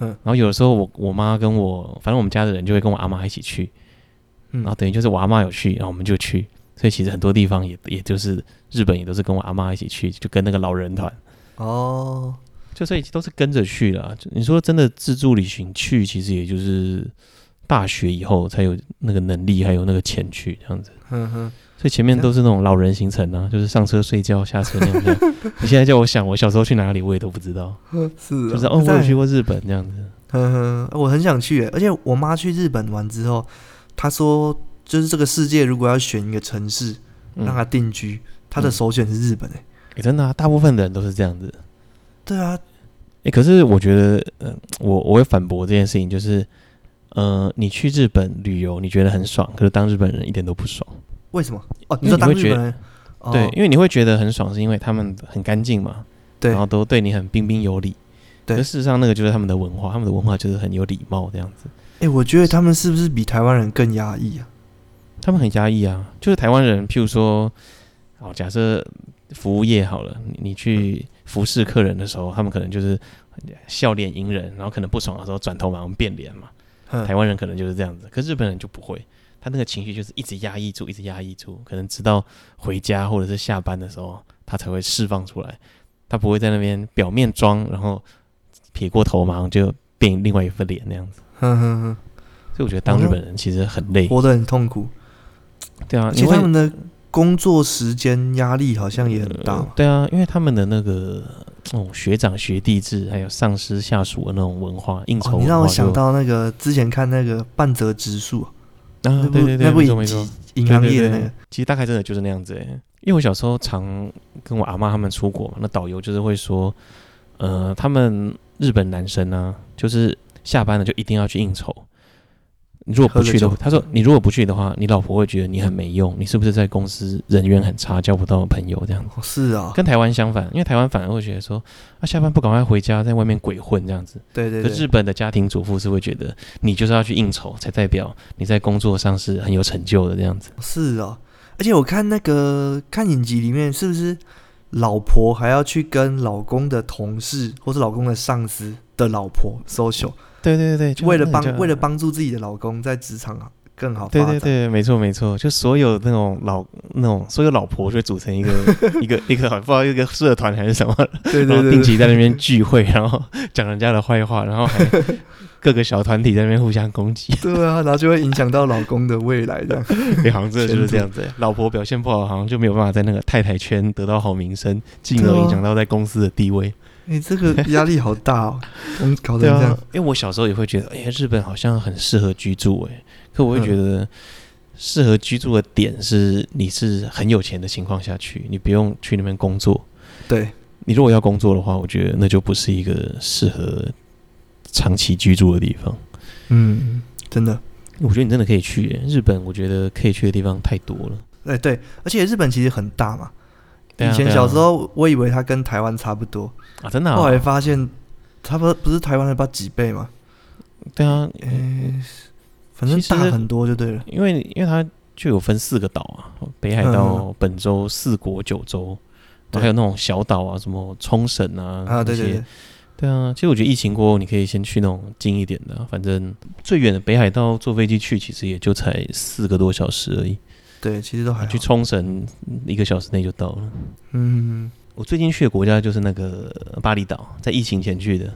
嗯
然后有的时候我我妈跟我，反正我们家的人就会跟我阿妈一起去，
嗯
然后等于就是我阿妈有去，然后我们就去，所以其实很多地方也也就是日本也都是跟我阿妈一起去，就跟那个老人团。
哦，
就所以都是跟着去的、啊。就你说真的自助旅行去，其实也就是大学以后才有那个能力，还有那个钱去这样子。
哼哼，
所以前面都是那种老人行程啊，就是上车睡觉，下车 [LAUGHS] 尿尿。你现在叫我想我小时候去哪里，我也都不知道，
[LAUGHS] 是
就
哦，
是哦，我
在
有去过日本这样子。
呵呵，我很想去耶，而且我妈去日本玩之后，她说就是这个世界如果要选一个城市
嗯
让她定居，她的首选是日本诶。
诶真的、啊，大部分的人都是这样子。
对啊，
诶，可是我觉得，嗯、我我会反驳这件事情，就是，呃，你去日本旅游，你觉得很爽，可是当日本人一点都不爽。
为什么？哦，
因为
说
你
当
会
日
觉
本人？哦、
对，因为你会觉得很爽，是因为他们很干净嘛，
对
然后都对你很彬彬有礼。
对
可事实上那个就是他们的文化，他们的文化就是很有礼貌这样子。
哎、我觉得他们是不是比台湾人更压抑啊？
他们很压抑啊，就是台湾人，譬如说，哦，假设服务业好了，你你去
嗯
服侍客人的时候，他们可能就是笑脸迎人，然后可能不爽的时候转头马上变脸嘛。
哼
台湾人可能就是这样子，可日本人就不会，他那个情绪就是一直压抑住，一直压抑住，可能直到回家或者是下班的时候，他才会释放出来，他不会在那边表面装，然后撇过头，马上就变另外一副脸那样子。
哼哼
所以我觉得当日本人其实很累
哼，，活得很痛苦，
对啊，
而
因
且
为
他们的工作时间压力好像也很大
呃
嘛。
对啊，因为他们的那个哦学长学弟制，还有上司下属的那种文化应酬
哦，
文化就、
你让我想到那个之前看那个半泽直树啊，
啊
那，部
对对对，
那部
没错
影
没错
集。银行业的那
对对
个
对，其实大概真的就是那样子、欸、因为我小时候常跟我阿妈他们出国嘛，那导游就是会说，呃，他们日本男生呢、就是下班了就一定要去应酬。你如果不去的
喝个
话，
酒
他说你如果不去的话，你老婆会觉得你很没用，你是不是在公司人缘很差，交不到朋友这样子？
哦是啊，
跟台湾相反，因为台湾反而会觉得说，啊，下班不赶快回家，在外面鬼混这样子。
对对
可日
对，
本的家庭主妇是会觉得，你就是要去应酬，才代表你在工作上是很有成就的这样子。
是啊，而且我看那个看影集里面，是不是老婆还要去跟老公的同事或是老公的上司的老婆 social，
对对对，就
为了
那个叫
帮为了，帮助自己的老公在职场啊更好发
对
展？
对对，没错没错，就所有那种老那种所有老婆就组
[LAUGHS]
成一个一个一个不知道一个社团还是什么，
对
然
对
后
对
定
对
期在那边聚会，然后讲人家的坏话，然后还各个小团体在那边互相攻
[LAUGHS]
击，
对啊，然后就会影响到老公的未来这
[LAUGHS]
样。
哎好像真的就是这样子。老婆表现不好，好像就没有办法在那个太太圈得到好名声，进而
对啊
影响到在公司的地位。
你哎这个压力好大哦，我们搞成
对
这
啊
样，，
因为我小时候也会觉得，哎、日本好像很适合居住、哎，可
嗯
我会觉得适合居住的点是，你是很有钱的情况下去，你不用去那边工作。
对，
你如果要工作的话，我觉得那就不是一个适合长期居住的地方。
嗯，真的。
我觉得你真的可以去、哎日本，我觉得可以去的地方太多了。
哎，对，而且日本其实很大嘛。
对啊
以前
对啊
小时候，我以为它跟台湾差不多，
啊，真的、
后来
啊，
发现它不不是台湾的吧几倍嘛？
对啊，
嗯，反正
其实
大很多就对了。
因为因为它就有分四个岛啊，北海道、本州、四国、九州，
嗯对
还有那种小岛啊，什么冲绳啊，
啊，对对
那些
对，
对啊，其实我觉得疫情过后，你可以先去那种近一点的啊、反正最远的北海道坐飞机去，其实也就才四个多小时而已。
对，其实都还好
去。冲绳嗯一个小时内就到了。
嗯，
我最近去的国家就是那个呃巴厘岛，在疫情前去的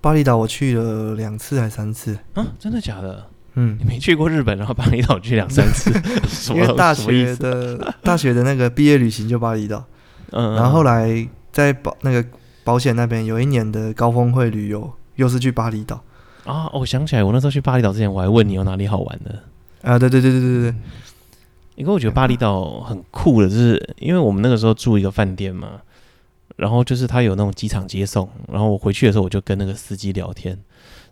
巴厘岛我去了两次还三次。
啊，真的假的？
嗯
你，没去过日本，然后巴厘岛去两三
[LAUGHS]
次，什
因
么
为大
什么意
学
思？
的 [LAUGHS] 大学的那个毕业旅行就巴厘岛，
嗯，
然后后来在保那个保险那边有一年的高峰会旅游，又是去巴厘岛。
啊，哦我想起来，我那时候去巴厘岛之前，我还问你有哪里好玩的。
啊，对对对对对对，
因为我觉得巴厘岛很酷的，就是因为我们那个时候住一个饭店嘛，然后就是他有那种机场接送，然后我回去的时候我就跟那个司机聊天，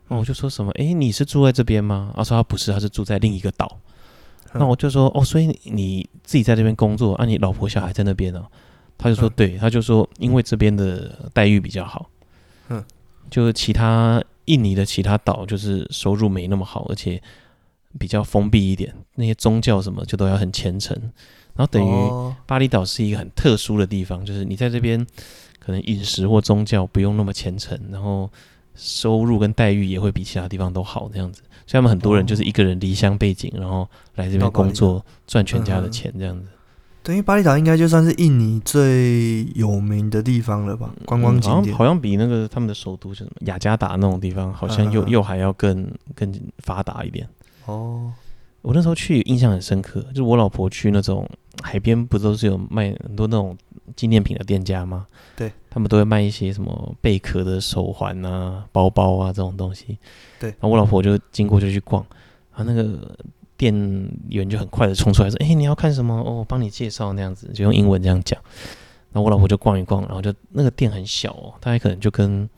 然后我就说什么，诶，你是住在这边吗？他说他不是，他是住在另一个岛。
嗯
那我就说，哦，所以你自己在这边工作，啊，你老婆小孩在那边哦。他就说，
嗯
对，他就说，因为这边的待遇比较好，
嗯，
就是其他印尼的其他岛就是收入没那么好，而且比较封闭一点，那些宗教什么就都要很虔诚，然后等于、
哦
巴厘岛是一个很特殊的地方，就是你在这边可能饮食或宗教不用那么虔诚，然后收入跟待遇也会比其他地方都好这样子。所以他们很多人就是一个人离乡背景，然后来这边工作赚全家的钱这样子。
对，因为巴厘岛应该就算是印尼最有名的地方了吧，观光
嗯
景
好像
点。
好像比那个他们的首都就是什么雅加达那种地方，好像又
嗯嗯嗯
又还要更更发达一点。
哦，
我那时候去印象很深刻，就是我老婆去那种海边，不都是有卖很多那种纪念品的店家吗？
对，
他们都会卖一些什么贝壳的手环啊、包包啊这种东西。
对
然后我老婆就经过就去逛，然后那个店员就很快的冲出来说：“哎、你要看什么？哦，我帮你介绍那样子，就用英文这样讲。”然后我老婆就逛一逛，然后就那个店很小哦，大概可能就跟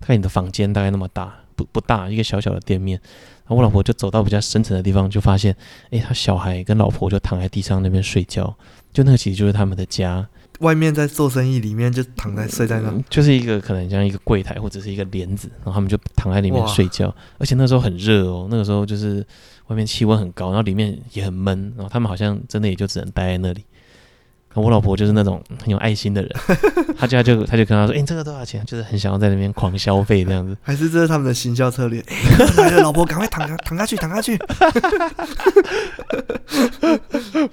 大概你的房间大概那么大，不不大，一个小小的店面。然后我老婆就走到比较深层的地方，就发现，诶，他小孩跟老婆就躺在地上那边睡觉，就那个其实就是他们的家，
外面在做生意，里面就躺在睡在那。
嗯就是一个可能像一个柜台或者是一个帘子，然后他们就躺在里面
哇
睡觉，而且那时候很热哦，那个时候就是外面气温很高，然后里面也很闷，然后他们好像真的也就只能待在那里。然后我老婆就是那种很有爱心的人，她就她就她就跟他说：“诶，你这个多少钱？”就是很想要在那边狂消费这样子。
还是这是他们的行销策略。哎、来了，老婆，赶快躺下，躺下去，躺下去。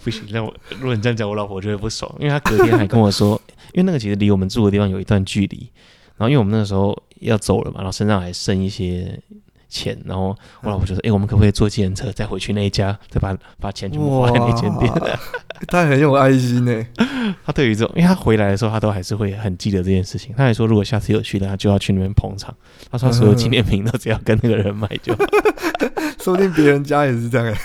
不行，那我如果你这样讲，我老婆就会不爽，因为她隔天还跟我说，因为那个其实离我们住的地方有一段距离，然后因为我们那个时候要走了嘛，然后身上还剩一些钱，然后我老婆就说，哎、我们可不可以坐计程车再回去那一家，再把把钱全部花在那间店？
哇， [LAUGHS] 他很有爱心欸呢。
她对于这种，因为她回来的时候，她都还是会很记得这件事情。她还说，如果下次有去的，她就要去那边捧场。她说，所有纪念品都只要跟那个人买就好。 [LAUGHS]
说不定别人家也是这样哎、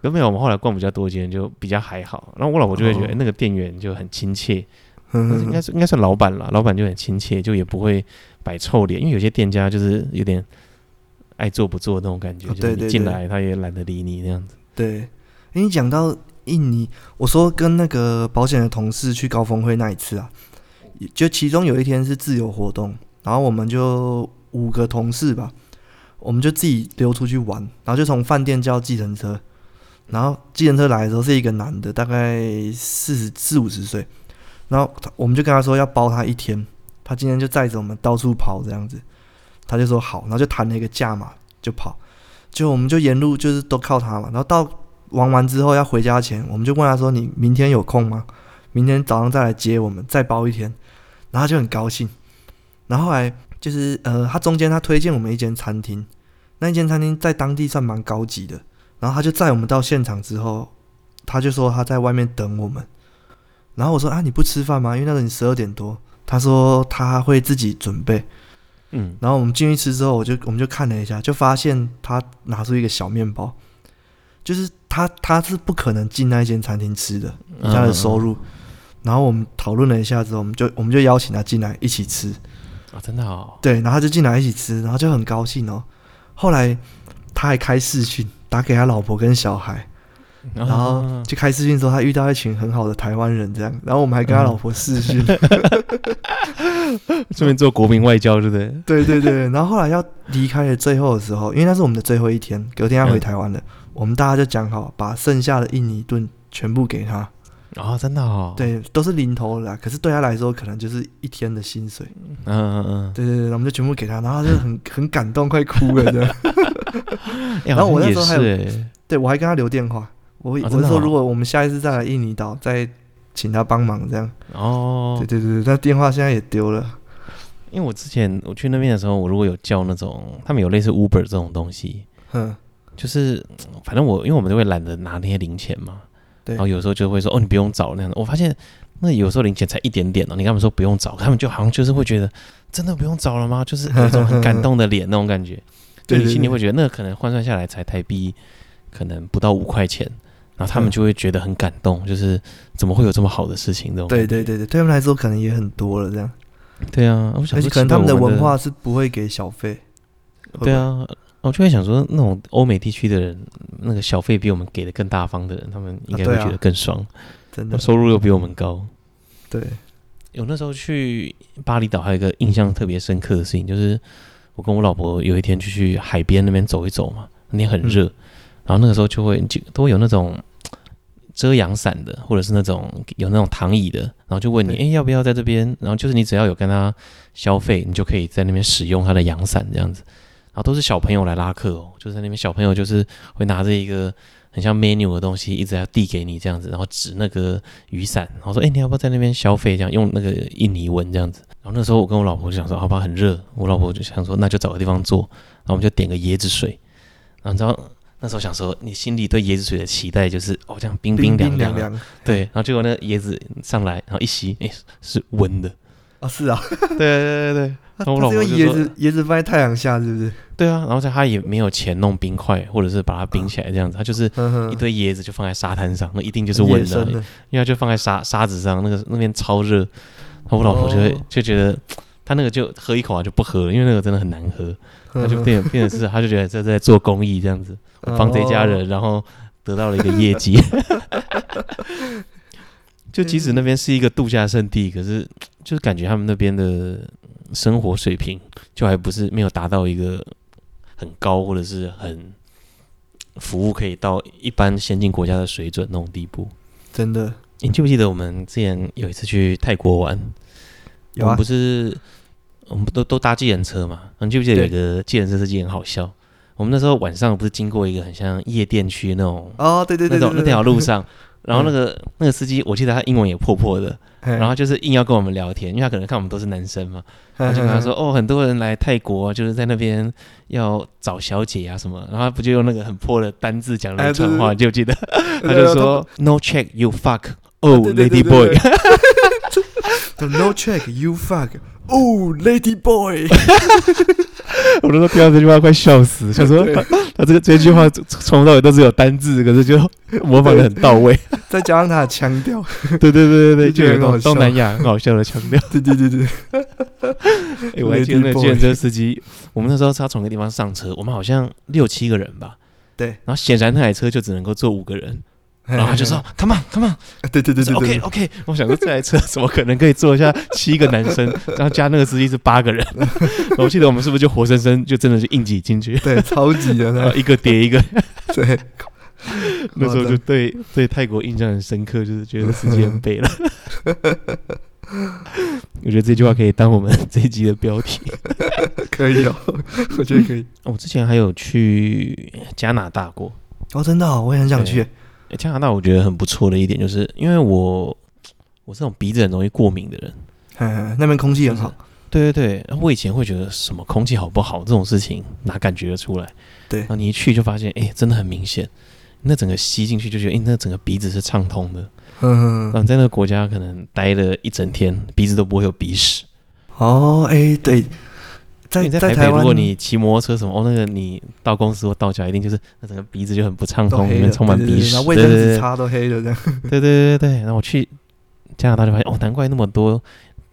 可没有，我们后来逛比较多间，就比较还好。然后我老婆就会觉得、
哦
诶那个店员就很亲切，
嗯 [LAUGHS]
应该是应该算老板啦，老板就很亲切，就也不会摆臭脸，因为有些店家就是有点爱做不做那种感觉，
哦
就是
对
你
对
进
对
来他也懒得理你那样子。
对，因为讲到印尼，我说跟那个保险的同事去高峰会那一次啊，就其中有一天是自由活动，然后我们就五个同事吧，我们就自己溜出去玩，然后就从饭店叫计程车，然后计程车来的时候是一个男的，大概四十四五十岁，然后他我们就跟他说要包他一天，他今天就载着我们到处跑这样子，他就说好，然后就谈了一个价嘛，就跑。就我们就沿路就是都靠他嘛，然后到玩完之后要回家前，我们就问他说：“你明天有空吗？明天早上再来接我们，再包一天。”然后他就很高兴。然后后来就是呃，他中间他推荐我们一间餐厅，那一间餐厅在当地算蛮高级的。然后他就载我们到现场之后，他就说他在外面等我们。然后我说：“啊，你不吃饭吗？因为那时候你十二点多。”他说他会自己准备。
嗯，
然后我们进去吃之后，我就我们就看了一下，就发现他拿出一个小面包，就是他他是不可能进那一间餐厅吃的，以他的收入。然后我们讨论了一下之后，我们就我们就邀请他进来一起吃，
啊，真的哦，
对，然后他就进来一起吃，然后就很高兴哦。后来他还开视讯打给他老婆跟小孩，嗯
然
然后就开视讯说他遇到一群很好的台湾人这样，然后我们还跟他老婆视讯，
[LAUGHS] 顺便做国民外交，对不对？
对对对，然后后来要离开的最后的时候，因为那是我们的最后一天，隔天要回台湾了，我们大家就讲好，把剩下的印尼盾全部给他，
啊、真的哦，，
对，都是零头了啦，可是对他来说可能就是一天的薪水，
嗯嗯嗯
对对对，我们就全部给他，然后他就很很感动，快哭了这样。
哎，
然后我
好像
那
也
时候还有
是、欸，
对我还跟他留电话，我、
啊
我
真
是
的
说
哦
如果我们下一次再来印尼岛，再请他帮忙这样。
哦，
对对对，对但电话现在也丢了。
因为我之前我去那边的时候，我如果有叫那种，他们有类似 Uber 这种东西，
嗯，
就是嗯反正我因为我们都会懒得拿那些零钱嘛，
对
然后有时候就会说哦你不用找那样的，我发现那有时候零钱才一点点哦，你跟他们说不用找，他们就好像就是会觉得真的不用找了吗？就是有一种很感动的脸那种
[LAUGHS]
感觉，就
对
你
对
心里
对
会觉得那可能换算下来才台币可能不到五块钱，然后他
嗯
们就会觉得很感动，就是怎么会有这么好的事情？这种
对对对对，对他们来说可能也很多了这样，
对啊，我想
而且
说
可能
奇
他
怪
们
我
的
们
文化是不会给小费。会
对
吧，
啊，我就会想说，那种欧美地区的人，那个小费比我们给的更大方的人，他们应该
啊对
会
啊
觉得更爽，
真
那
的
收入又比我们高。
对，
嗯有那时候去巴厘岛，还有一个印象特别深刻的事情，就是我跟我老婆有一天就去海边那边走一走嘛，那天很热，然后那个时候就会就都会有那种遮阳伞的，或者是那种有那种躺椅的，然后就问你，哎、
对
要不要在这边？然后就是你只要有跟他消费，你就可以在那边使用他的阳伞这样子。然后都是小朋友来拉客哦，就是在那边小朋友就是会拿着一个很像 menu 的东西一直要递给你这样子，然后指那个雨伞，然后说：“哎、你要不要在那边消费？”这样用那个印尼文这样子。然后那时候我跟我老婆就想说：“好吧，很热。”我老婆就想说：“那就找个地方坐。”然后我们就点个椰子水。然后你知道那时候想说，你心里对椰子水的期待就是哦，这样冰
冰
凉
凉
的。
凉
对，然后结果那个椰子上来，然后一吸，哎、是温的。
啊，是啊，
对对对对。
[LAUGHS]
然后我老
它是
婆
用
就
椰
说
子椰子放在太阳下，
[LAUGHS]
是不是？
对啊，然后他也没有钱弄冰块，或者是把它冰起来这样子，他就是
呵呵
一堆椰子就放在沙滩上，那一定就是温
嗯野
的啊
生，的，
因为他就放在沙沙子上，那个那边超热，然后我老婆就会、
哦
就觉得他那个就喝一口啊就不喝了，因为那个真的很难喝，他
呵
就
呵
变变成是他就觉得这在做公益这样子，
嗯哦
帮这家人，然后得到了一个业绩。
[LAUGHS]
就即使那边是一个度假胜地，可是就是感觉他们那边的生活水平就还不是没有达到一个很高或者是很服务可以到一般先进国家的水准那种地步。
真的
你记不记得我们之前有一次去泰国玩，
有
我
啊
们不，是我们都都搭计程车嘛？你记不记得有一个计程车司机很好笑？我们那时候晚上不是经过一个很像夜店区那种
哦，对对对
那种
对，
那
对
条路，
[LAUGHS]
上，然后那个、那个司机，我记得他英文也破破的，然
然
后他就是硬要跟我们聊天，因为他可能看我们都是男生嘛，
嗯
他就跟他说，哦，很多人来泰国啊就是在那边要找小姐啊什么，然后他不就用那个很破的单字讲了一
哎对
串
对
话，你记不记得？他
对 [LAUGHS]
就
对
说 No check you fuck oh
对对对
lady
对
boy，
The No check, you fuck. Oh, lady boy. [LAUGHS]
[LAUGHS] 我那时候听到这句话快笑死，想说
对
他他这个这句话从从头到尾都只有单字，可
[LAUGHS]
是就模仿的很到位。
再加上他的腔调，
对对对对 [LAUGHS] 对，
就
就有
觉
一
得很好
种
笑
东
[LAUGHS]
南亚哦很好笑的腔调。
对对对对，
欸、我还记得那
Lady
个
boy
计程车司机，我们那时候是要从一个地方上车，我们好像六七个人吧。
对
然后显然那台车就只能够坐五个人， [LAUGHS] 然后他
[LAUGHS]
就说，“Come on, come on”，
对对对对
OK
对
OK，我想说这台车怎么可能可以坐下七个男生，然后加那个司机是八个人。 [LAUGHS] 然后我记得我们是不是就活生生就真的是硬挤进去，
[LAUGHS] 对，超级的
然
那
[LAUGHS] 后一个叠一个。
对，
那时候就对对泰国印象很深刻，就是觉得司机 [LAUGHS] 很背了。我觉得这句话可以当我 [LAUGHS] 们这一集的标题。
可以哦， [LAUGHS] 我觉得可以。
哦我之前还有去加拿大过，
哦，真的哦，我也很想去。
欸加拿大我觉得很不错的一点，就是因为我我这种鼻子很容易过敏的人，
嗯， [LAUGHS] 那边空气很好。
对对对，我以前会觉得什么空气好不好这种事情哪感觉得出来？
对
然后你一去就发现，哎、真的很明显，那整个吸进去就觉得，哎、那整个鼻子是畅通的。
嗯，
嗯，在那个国家可能待了一整天，鼻子都不会有鼻屎。
哦，哎，对，
因
在
为在
在
台
台
北，
湾，
如果你骑摩托车什么，哦，那个你到公司或到家，一定就是那整个鼻子就很不畅
都
通，里
黑了，
面充满
对对
鼻
对
屎
然后。卫
对
生
对
纸
对嗯
擦都黑了这样。
对对对对。然后我去加拿大就发现，哦，难怪那么多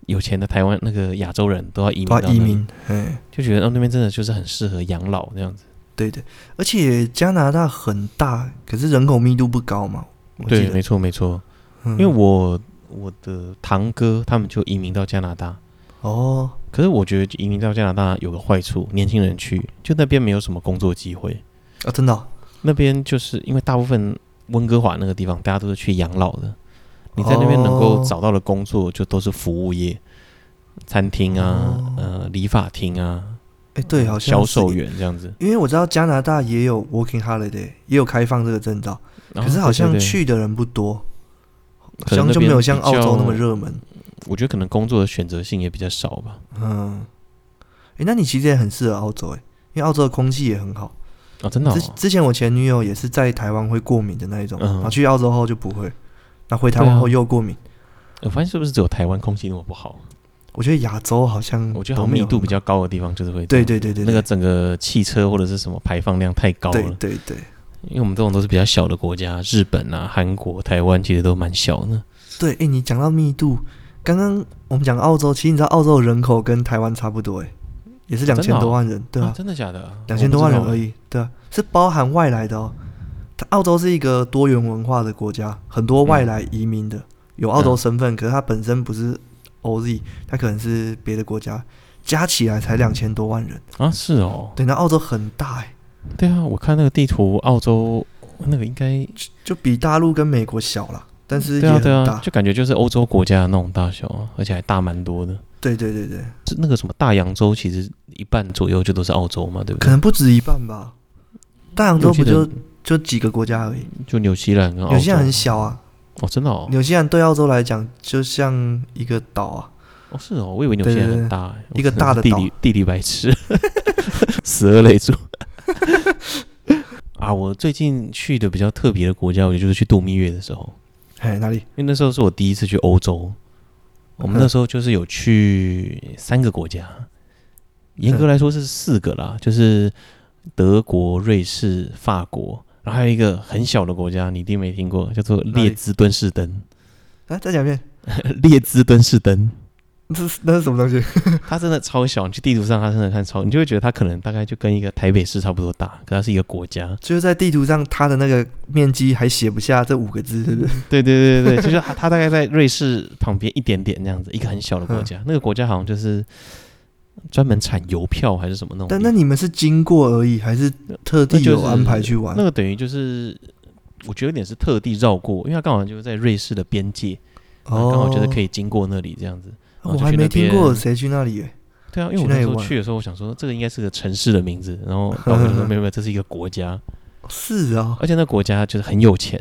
有钱的台湾那个亚洲人都要移民
都
到
要移
那里
民，哎，
就觉得哦那边真的就是很适合养老这样子。
对对，而且加拿大很大，可是人口密度不高嘛。我记
对，
得，嗯
没错没错，
因
因为我我的堂哥他们就移民到加拿大，
哦，
可是我觉得移民到加拿大有个坏处，年轻人去就那边没有什么工作机会，
啊，真的哦，
那边就是因为大部分温哥华那个地方大家都是去养老的，你在那边能够
哦
找到的工作就都是服务业。餐厅啊，
哦
呃，理发厅啊，
哎，对，好像
销
是
售员这样子。
因为我知道加拿大也有 working holiday，也有开放这个证照，可是
哦
好像，
对对对
去的人不多，好
可能
像
那
就没有
边
像
比
澳洲那
较
么热门。
我觉得可能工作的选择性也比较少吧。
嗯，哎，那你其实也很适合澳洲哎，因为澳洲的空气也很好。
哦，真的、哦
之，之前我前女友也是在台湾会过敏的那一种，
嗯
然后去澳洲后就不会，那回台湾
对啊
后又过敏。
我发现是不是只有台湾空气那么不好？
我觉得亚洲好像
我觉
嗯
得
都
好像
没
密
有
度
很
比较高的地方就是会这
对
样
对对对
那个整个汽车或者是什么排放量太高
对
了，
对对对
因为我们这种都是比较小的国家，日本啊、韩国、台湾其实都蛮小的。
对，哎、你讲到密度，刚刚我们讲澳洲，其实你知道澳洲的人口跟台湾差不多、诶，也是
真
两
的
千
哦
多万人，对啊，
真的假的？
两千多万人而
已。
已，对啊，是包含外来的哦。它澳洲是一个多元文化的国家，很多外来移民的，有澳洲身份，可是它本身不是 OZ，它可能是别的国家，加起来才两千多万人。
啊，是哦，
对，那澳洲很大哎，
对啊，我看那个地图，澳洲那个应该
就比大陆跟美国小啦，但是
对
也
啊
很
对啊
大，。
就感觉就是欧洲国家的那种大小啊，而且还大蛮多的。
对对对对，
是那个什么大洋洲，其实一半左右就都是澳洲嘛，对不
可
对？
能不止一半吧。大洋洲
我记
不
得
就就几个国家而已，
就纽西兰跟澳洲，
纽西兰很小啊，
哦，真的哦，
纽西兰对澳洲来讲就像一个岛啊，
哦是哦，我以为纽西
对
兰
对
很
对
大欸，我
一个
真
大
是
的
地
岛
理地理白痴， [LAUGHS] 死而累住。 [LAUGHS] 啊，我最近去的比较特别的国家，我觉得就是去度蜜月的时候，
哎，哪里？
因为那时候是我第一次去欧洲，
[LAUGHS]
我们那时候就是有去三个国家，严格来说是四个啦，就是德国、瑞士、法国，然后还有一个很小的国家，你一定没听过，叫做
哪里
列支敦士登。
哎，再讲一遍，
[LAUGHS] 列支敦士登，
这是那是什么东西？
[LAUGHS] 它真的超小，你去地图上它真的看超，你就会觉得它可能大概就跟一个台北市差不多大，可它是一个国家。
[LAUGHS] 就是在地图上，它的那个面积还写不下这五个字，是不是？
对对 [LAUGHS] 对对，就是它它大概在瑞士旁边一点点那样子，一个很小的国家。那个国家好像就是专门产邮票还是什么那种地
但那
方。
你们是经过而已，还是特地
那就
有
是
安排去玩？
那个等于就是，我觉得有点是特地绕过，因为它刚好就是在瑞士的边界，然后
哦，
刚好就是可以经过那里这样子。
我
然后就
还
去
没
那
听
边
过有谁去那里耶。
对啊，因为我
去那
那
里
时候
玩
去的时候，我想说这个应该是个城市的名字，然后导游就说没有没有，这是一个国
[LAUGHS]
家，
是啊，
而且那国家就是很有钱，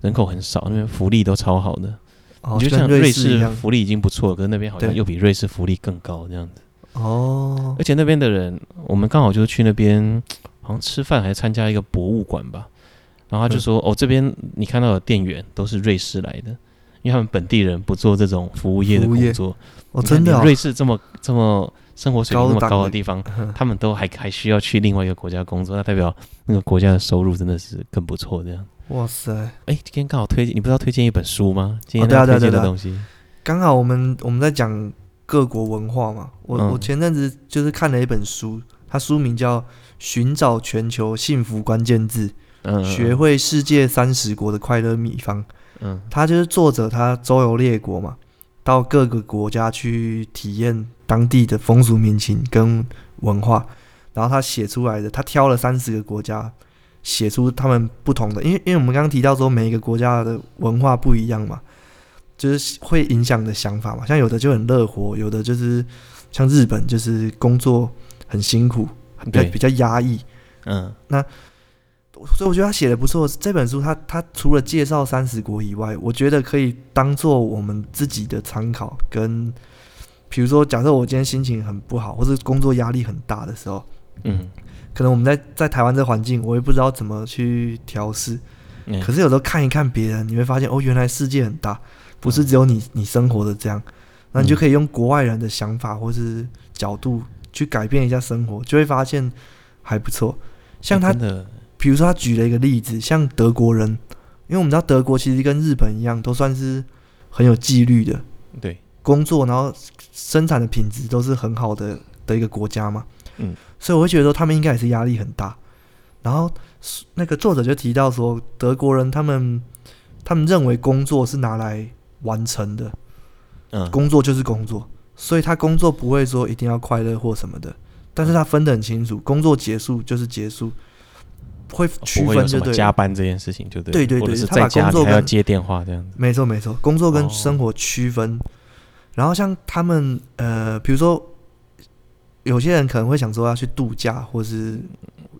人口很少，那边福利都超好的。
哦，
你就
跟
像
瑞
士
一样。
福利已经不错了，可是那边好像
对
又比瑞士福利更高这样子。
哦
而，且那边的人，我们刚好就是去那边，好像吃饭还参加一个博物馆吧。然后
嗯
他就说：“哦，这边你看到的店员都是瑞士来的，因为他们本地人不做这种服务业的
服务
工
业
作。
哦，
你看
真的
连
啊，
瑞士这么这么生活水平
高
那么
档
高的
的
地方，
嗯
他们都还还需要去另外一个国家工作，那代表那个国家的收入真的是更不错。这样，
[LAUGHS] 哇塞！
哎，今天刚好推荐，你不是要推荐一本书吗？今天
对啊
要
对啊
推荐
对
的
啊
东西，
刚好我们我们在讲各国文化嘛，我、
嗯
我前阵子就是看了一本书，它书名叫《寻找全球幸福关键字：
嗯，
学会世界三十国的快乐秘方》。
嗯，
他就是作者，他周游列国嘛，到各个国家去体验当地的风俗民情跟文化，然后他写出来的，他挑了三十个国家，写出他们不同的，因为因为我们刚刚提到说每一个国家的文化不一样嘛，就是会影响的想法嘛，像有的就很乐活，有的就是像日本就是工作很辛苦，比较
对
比较压抑，
嗯
所以我觉得他写的不错。这本书他他除了介绍三十国以外，我觉得可以当做我们自己的参考。跟比如说，假设我今天心情很不好，或是工作压力很大的时候，
嗯
可能我们在在台湾这环境，我也不知道怎么去调试。
嗯，
可是有时候看一看别人，你会发现哦，原来世界很大，不是只有你你生活的这样。那你就可以用国外人的想法或是角度去改变一下生活，就会发现还不错。像他
哎真的，
比如说他举了一个例子，像德国人，因为我们知道德国其实跟日本一样，都算是很有纪律的
对，
工作，然后生产的品质都是很好的的一个国家嘛。
嗯，
所以我会觉得说他们应该也是压力很大。然后那个作者就提到说，德国人他们他们认为工作是拿来完成的，
嗯，
工作就是工作，所以他工作不会说一定要快乐或什么的，但是他分得很清楚，工作结束就是结束，会区
哦不会
分
有什
就
么
对
加
了。
班这件事情，就对了，
对对对
或者是
他把
在家
工作
你还要
跟
接电话这样子，
没错没错，工作
哦
跟生活区分。然后像他们呃，比如说有些人可能会想说要去度假，或是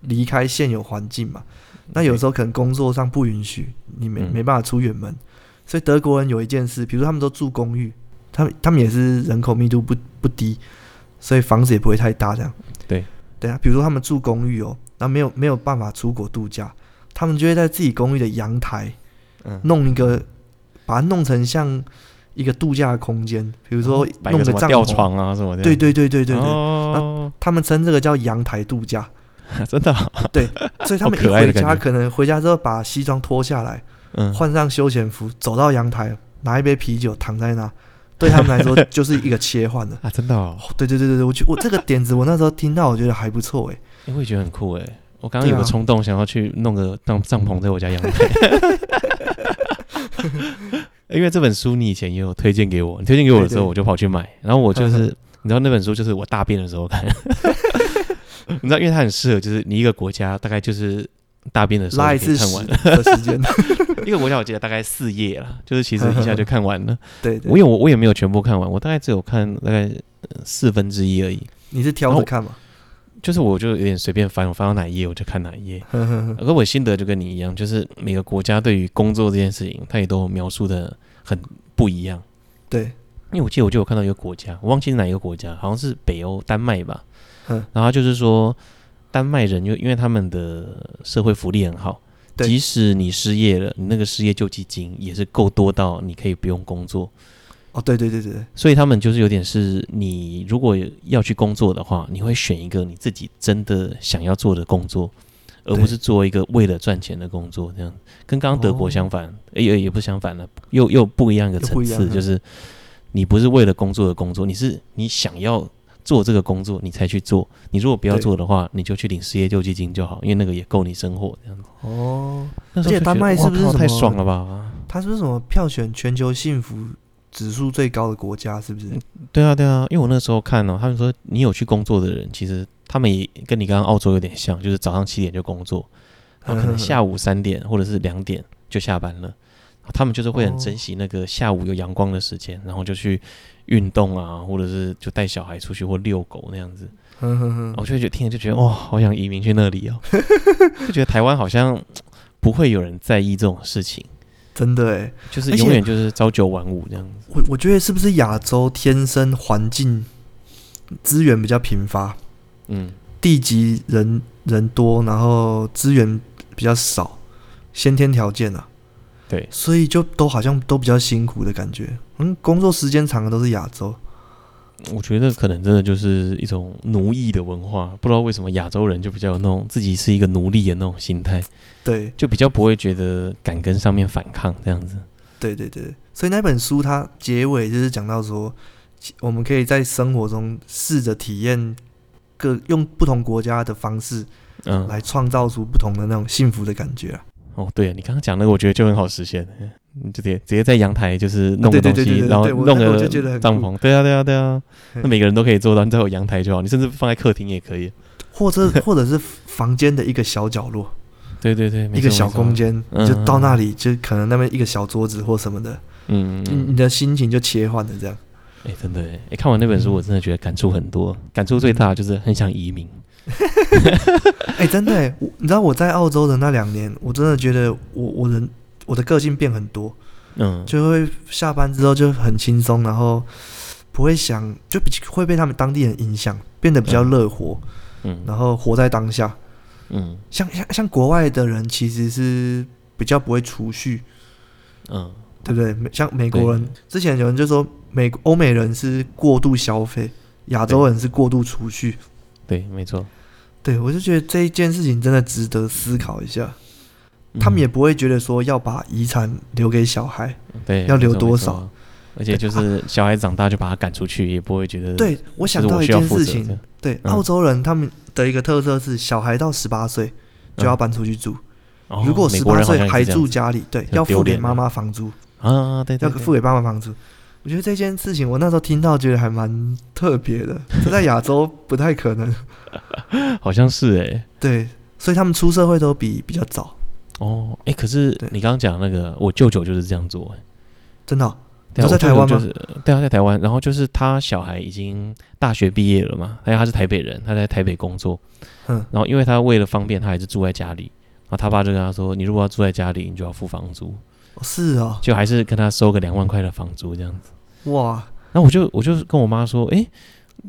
离开现有环境嘛。那有时候可能工作上不允许，你没
嗯
没办法出远门，所以德国人有一件事，比如说他们都住公寓，他们他们也是人口密度不不低，所以房子也不会太大这样。
对，
对啊，比如说他们住公寓哦，那没有没有办法出国度假，他们就会在自己公寓的阳台
嗯，
弄一个，把它弄成像一个度假的空间，比如说
哦摆
弄
个什么
帐
吊
篷，
床啊什么的，
对对对对对对，
哦， [LAUGHS]
他们称这个叫阳台度假。
真的啊、
所以他们一
好可爱的
回
感
家，
觉
可能回家之后把西装脱下来，
嗯，
换上休闲服，走到阳台，拿一杯啤酒躺在
[LAUGHS]
那，对他们来说就是一个切换了。
啊，真的、哦，
哦对对对对对，我觉我这个点子，我那时候听到，我觉得还不
[LAUGHS]
错哎。
因为我也觉得很酷哎。我刚刚
对
有
啊
个冲动，想要去弄个帐帐篷在我家阳
[LAUGHS]
台。因为这本书你以前也有推荐给我，你推荐给我的时候
对对
我就跑去买，然后我就是，
[LAUGHS]
你知道那本书就是我大便的时候看，你知道，因为它很适合，就是你一个国家大概就是大便的时候
拉一
就可以
次
看
屎
完，
的时间， [LAUGHS]
[LAUGHS] 一个国家我记得大概四页啦，就是其实一下就看完了。
对
我
对，
有我我也没有全部看完，我大概只有看大概呃四分之一而已。
你是挑着看嘛？
就是我就有点随便翻，我翻到哪一页我就看哪一页。
呵呵呵
而我心得就跟你一样，就是每个国家对于工作这件事情，它也都描述的很不一样。
[LAUGHS] 对，
因为我记得我就有看到一个国家，我忘记是哪一个国家，好像是北欧丹麦吧。
嗯
然后就是说，丹麦人就因为他们的社会福利很好，
对
即使你失业了，你那个失业救济金也是够多到你可以不用工作。
哦，对对对对对，
所以他们就是有点是你如果要去工作的话，你会选一个你自己真的想要做的工作，而不
对
是做一个为了赚钱的工作。这样跟刚刚德国
哦
相反，诶也也不是相反了，又又不一样一个
又不
层
一样
次，就是你不是为了工作的工作，你是你想要。做这个工作，你才去做。你如果不要
对
做的话，你就去领失业救济金就好，因为那个也够你生活这样子。
哦，
那时候
而且
就
丹
觉得
麦
哇
是不是
靠
什
太
么
爽了吧？
它是不是什么票选全球幸福指数最高的国家？是不 [LAUGHS] 是？
对啊，对啊，因为我那时候看哦，他们说你有去工作的人，其实他们也跟你刚刚澳洲有点像，就是早上七点就工作，
嗯
然哦后可能下午三点或者是两点就下班了。然后他们就是会很
哦
珍惜那个下午有阳光的时间，然后就去运动啊，或者是就带小孩出去或遛狗那样子。
呵呵呵
然后我就会觉得听了就觉得哇、好想移民去
[LAUGHS]
那里哦，就觉得台湾好像不会有人在意这种事情，
[LAUGHS] 真的哎，
就是
而且
永远就是朝九晚五这样子。
我我觉得是不是亚洲天生环境资源比较贫乏，
嗯，
地级人人多，然后资源比较少，先天条件啊，
对
所以就都好像都比较辛苦的感觉。嗯，工作时间长的都是亚洲，
我觉得可能真的就是一种奴役的文化，不知道为什么亚洲人就比较有那种自己是一个奴隶的那种心态，
对
就比较不会觉得敢跟上面反抗这样子。
对对对。所以那本书它结尾就是讲到说，其我们可以在生活中试着体验各用不同国家的方式
嗯，
来创造出不同的那种幸福的感觉啊。
哦，对你刚刚讲那个，我觉得就很好实现，你就直接直接在阳台就是弄个
啊对对对
东西，
对对
然后
对我
弄
那个我
个
就觉得很酷
帐篷，对啊对啊对啊，那
嗯
每个人都可以做到，你在我阳台就好，你甚至放在客厅也可以。啊
或者 [LAUGHS] 或者是房间的一个小角落，
对啊对
[LAUGHS]
对，没
一个
错
小
没错
空间，
嗯
你就到那里，就可能那边一个小桌子或什么的，
嗯，
你
嗯
你的心情就切换了这样。
哎、真的哎、哎看完那本书，我真的觉得感触很多，感触最大的就是很想移民。
哎、真的、欸，我你知道我在澳洲的那两年，我真的觉得我我人我的个性变很多，
嗯，
就会下班之后就很轻松，然后不会想，就比会被他们当地人影响，变得比较乐活，
嗯
然后活在当下。
嗯
像像像国外的人其实是比较不会储蓄，
嗯，
对不对？美像美国人之前有人就说美欧美人是过度消费，亚洲人是过度储蓄。
对，没错。
对我就觉得这一件事情真的值得思考一下。嗯他们也不会觉得说要把遗产留给小孩。
嗯对
要
没
留
错
多
没
少啊
错而且就是小孩长大就把他赶出去，也不会觉得
对我
就
想
是
到
我
一
需要
件
负责
事
这
情
样，
对
嗯
澳洲人他们的一个特色是，小孩到十八岁就要搬出去住。
嗯哦
如果
美
十
国
八
人好像
岁
也
还
是这样
住家里，对，
很
要
丢
付给
脸啊
妈妈房租，
啊，对对
要
对
付给爸妈房租。我觉得这件事情，我那时候听到觉得还蛮特别的， [LAUGHS] 这在亚洲不太可能。
好像是哎、
对，所以他们出社会都比比较早，
哦哎、可是
对
你刚刚讲那个，我舅舅就是这样做、欸。
真的哦、
对啊
你说在
我舅
台湾
舅
吗
就是对啊，在台湾。然后就是他小孩已经大学毕业了嘛，因为他是台北人，他在台北工作。
嗯，
然后因为他为了方便，他还是住在家里。然后他爸就跟他说：“你如果要住在家里，你就要付房租，
哦是哦，
就还是跟他收个两万块的房租这样子。”
哇，
然后我就我就跟我妈说，诶，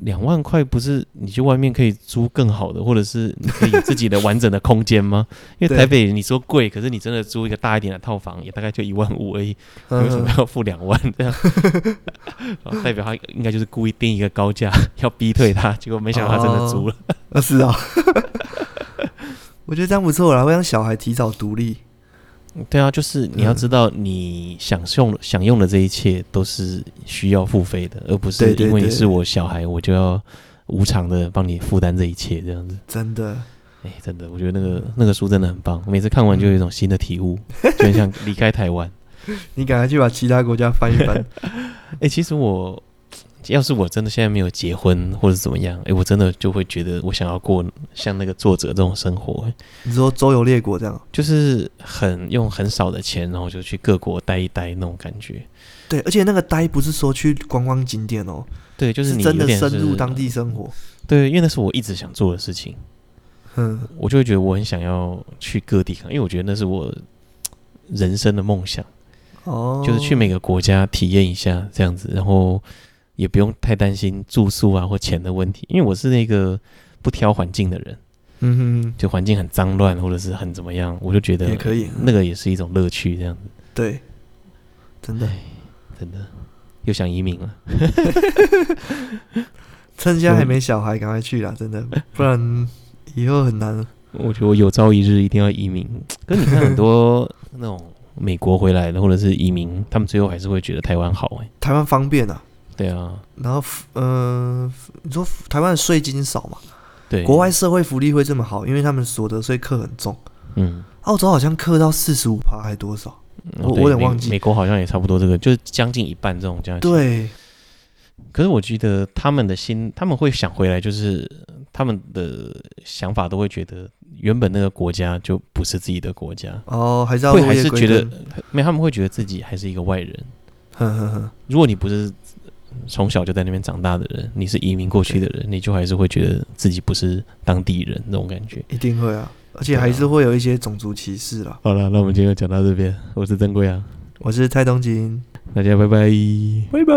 两万块不是你去外面可以租更好的，或者是你可以有自己的完整的空间吗？因为
对
台北你说贵，可是你真的租一个大一点的套房，也大概就一万五而已，你为什么
[LAUGHS] 嗯
要付两万这样？然后代表他应该就是故
哦
意定一个高价要逼退他，结果没想到他真的租了。
呃是啊， [LAUGHS] 我觉得这样不错啦，会让小孩提早独立。
对啊，就是你
嗯
要知道，你享用享用的这一切都是需要付费的，而不是
对对
因为你
对
是我小孩，我就要无偿的帮你负担这一切这样子。
真的，
哎，真的，我觉得那个那个书真的很棒，每次看完就有一种新的
[LAUGHS]
体悟，就很想离开台湾。
你赶快去把其他国家翻一
[LAUGHS]
翻。
哎，其实我要是我真的现在没有结婚或者怎么样，哎，我真的就会觉得我想要过像那个作者这种生活，诶
你说周游列国这样，
就是很用很少的钱，然后就去各国待一待那种感觉。
对，而且那个呆不是说去观光景点哦，
对，就是是你
真
有
的
点
深入
是
当地生活。
对，因为那是我一直想做的事情，
嗯，
我就会觉得我很想要去各地看，因为我觉得那是我人生的梦想，
哦，
就是去每个国家体验一下这样子，然后也不用太担心住宿啊或钱的问题，因为我是那个不挑环境的人，
嗯
就环境很脏乱或者是很怎么样，我就觉
哼，也
得
可以，
那个也是一种乐趣，这样子
对，真的，
真的又想移民了。
趁现在还没小孩，赶快去啦，真的，不然以后很难。
我觉得我有朝一日一定要移民。可是你看很多那种美国回来的或者是移民，他们最后还是会觉得台湾好哎、
台湾方便啊，
对啊，
然后福呃，福你说福台湾的税金少嘛，
对，
国外社会福利会这么好，因为他们所得税课很重。
嗯，哦
澳洲好像课到四十五趴还多少？我
对
我有点
美
忘记
美国好像也差不多这个，就是将近一半这种加起来。
对，
可是我记得他们的心，他们会想回来，就是他们的想法都会觉得原本那个国家就不是自己的国家，
哦，还是要
会还
落叶
是
归
觉得
根，
没有，他们会觉得自己还是一个外人。
哼哼哼，
如果你不是从小就在那边长大的人，你是移民过去的人，你就还是会觉得自己不是当地人那种感觉。
一定会啊，而且还是会有一些种族歧视啦。
好了，那我们今天就讲到这边，我是曾贵啊，
我是蔡东京，
大家拜拜。
拜拜。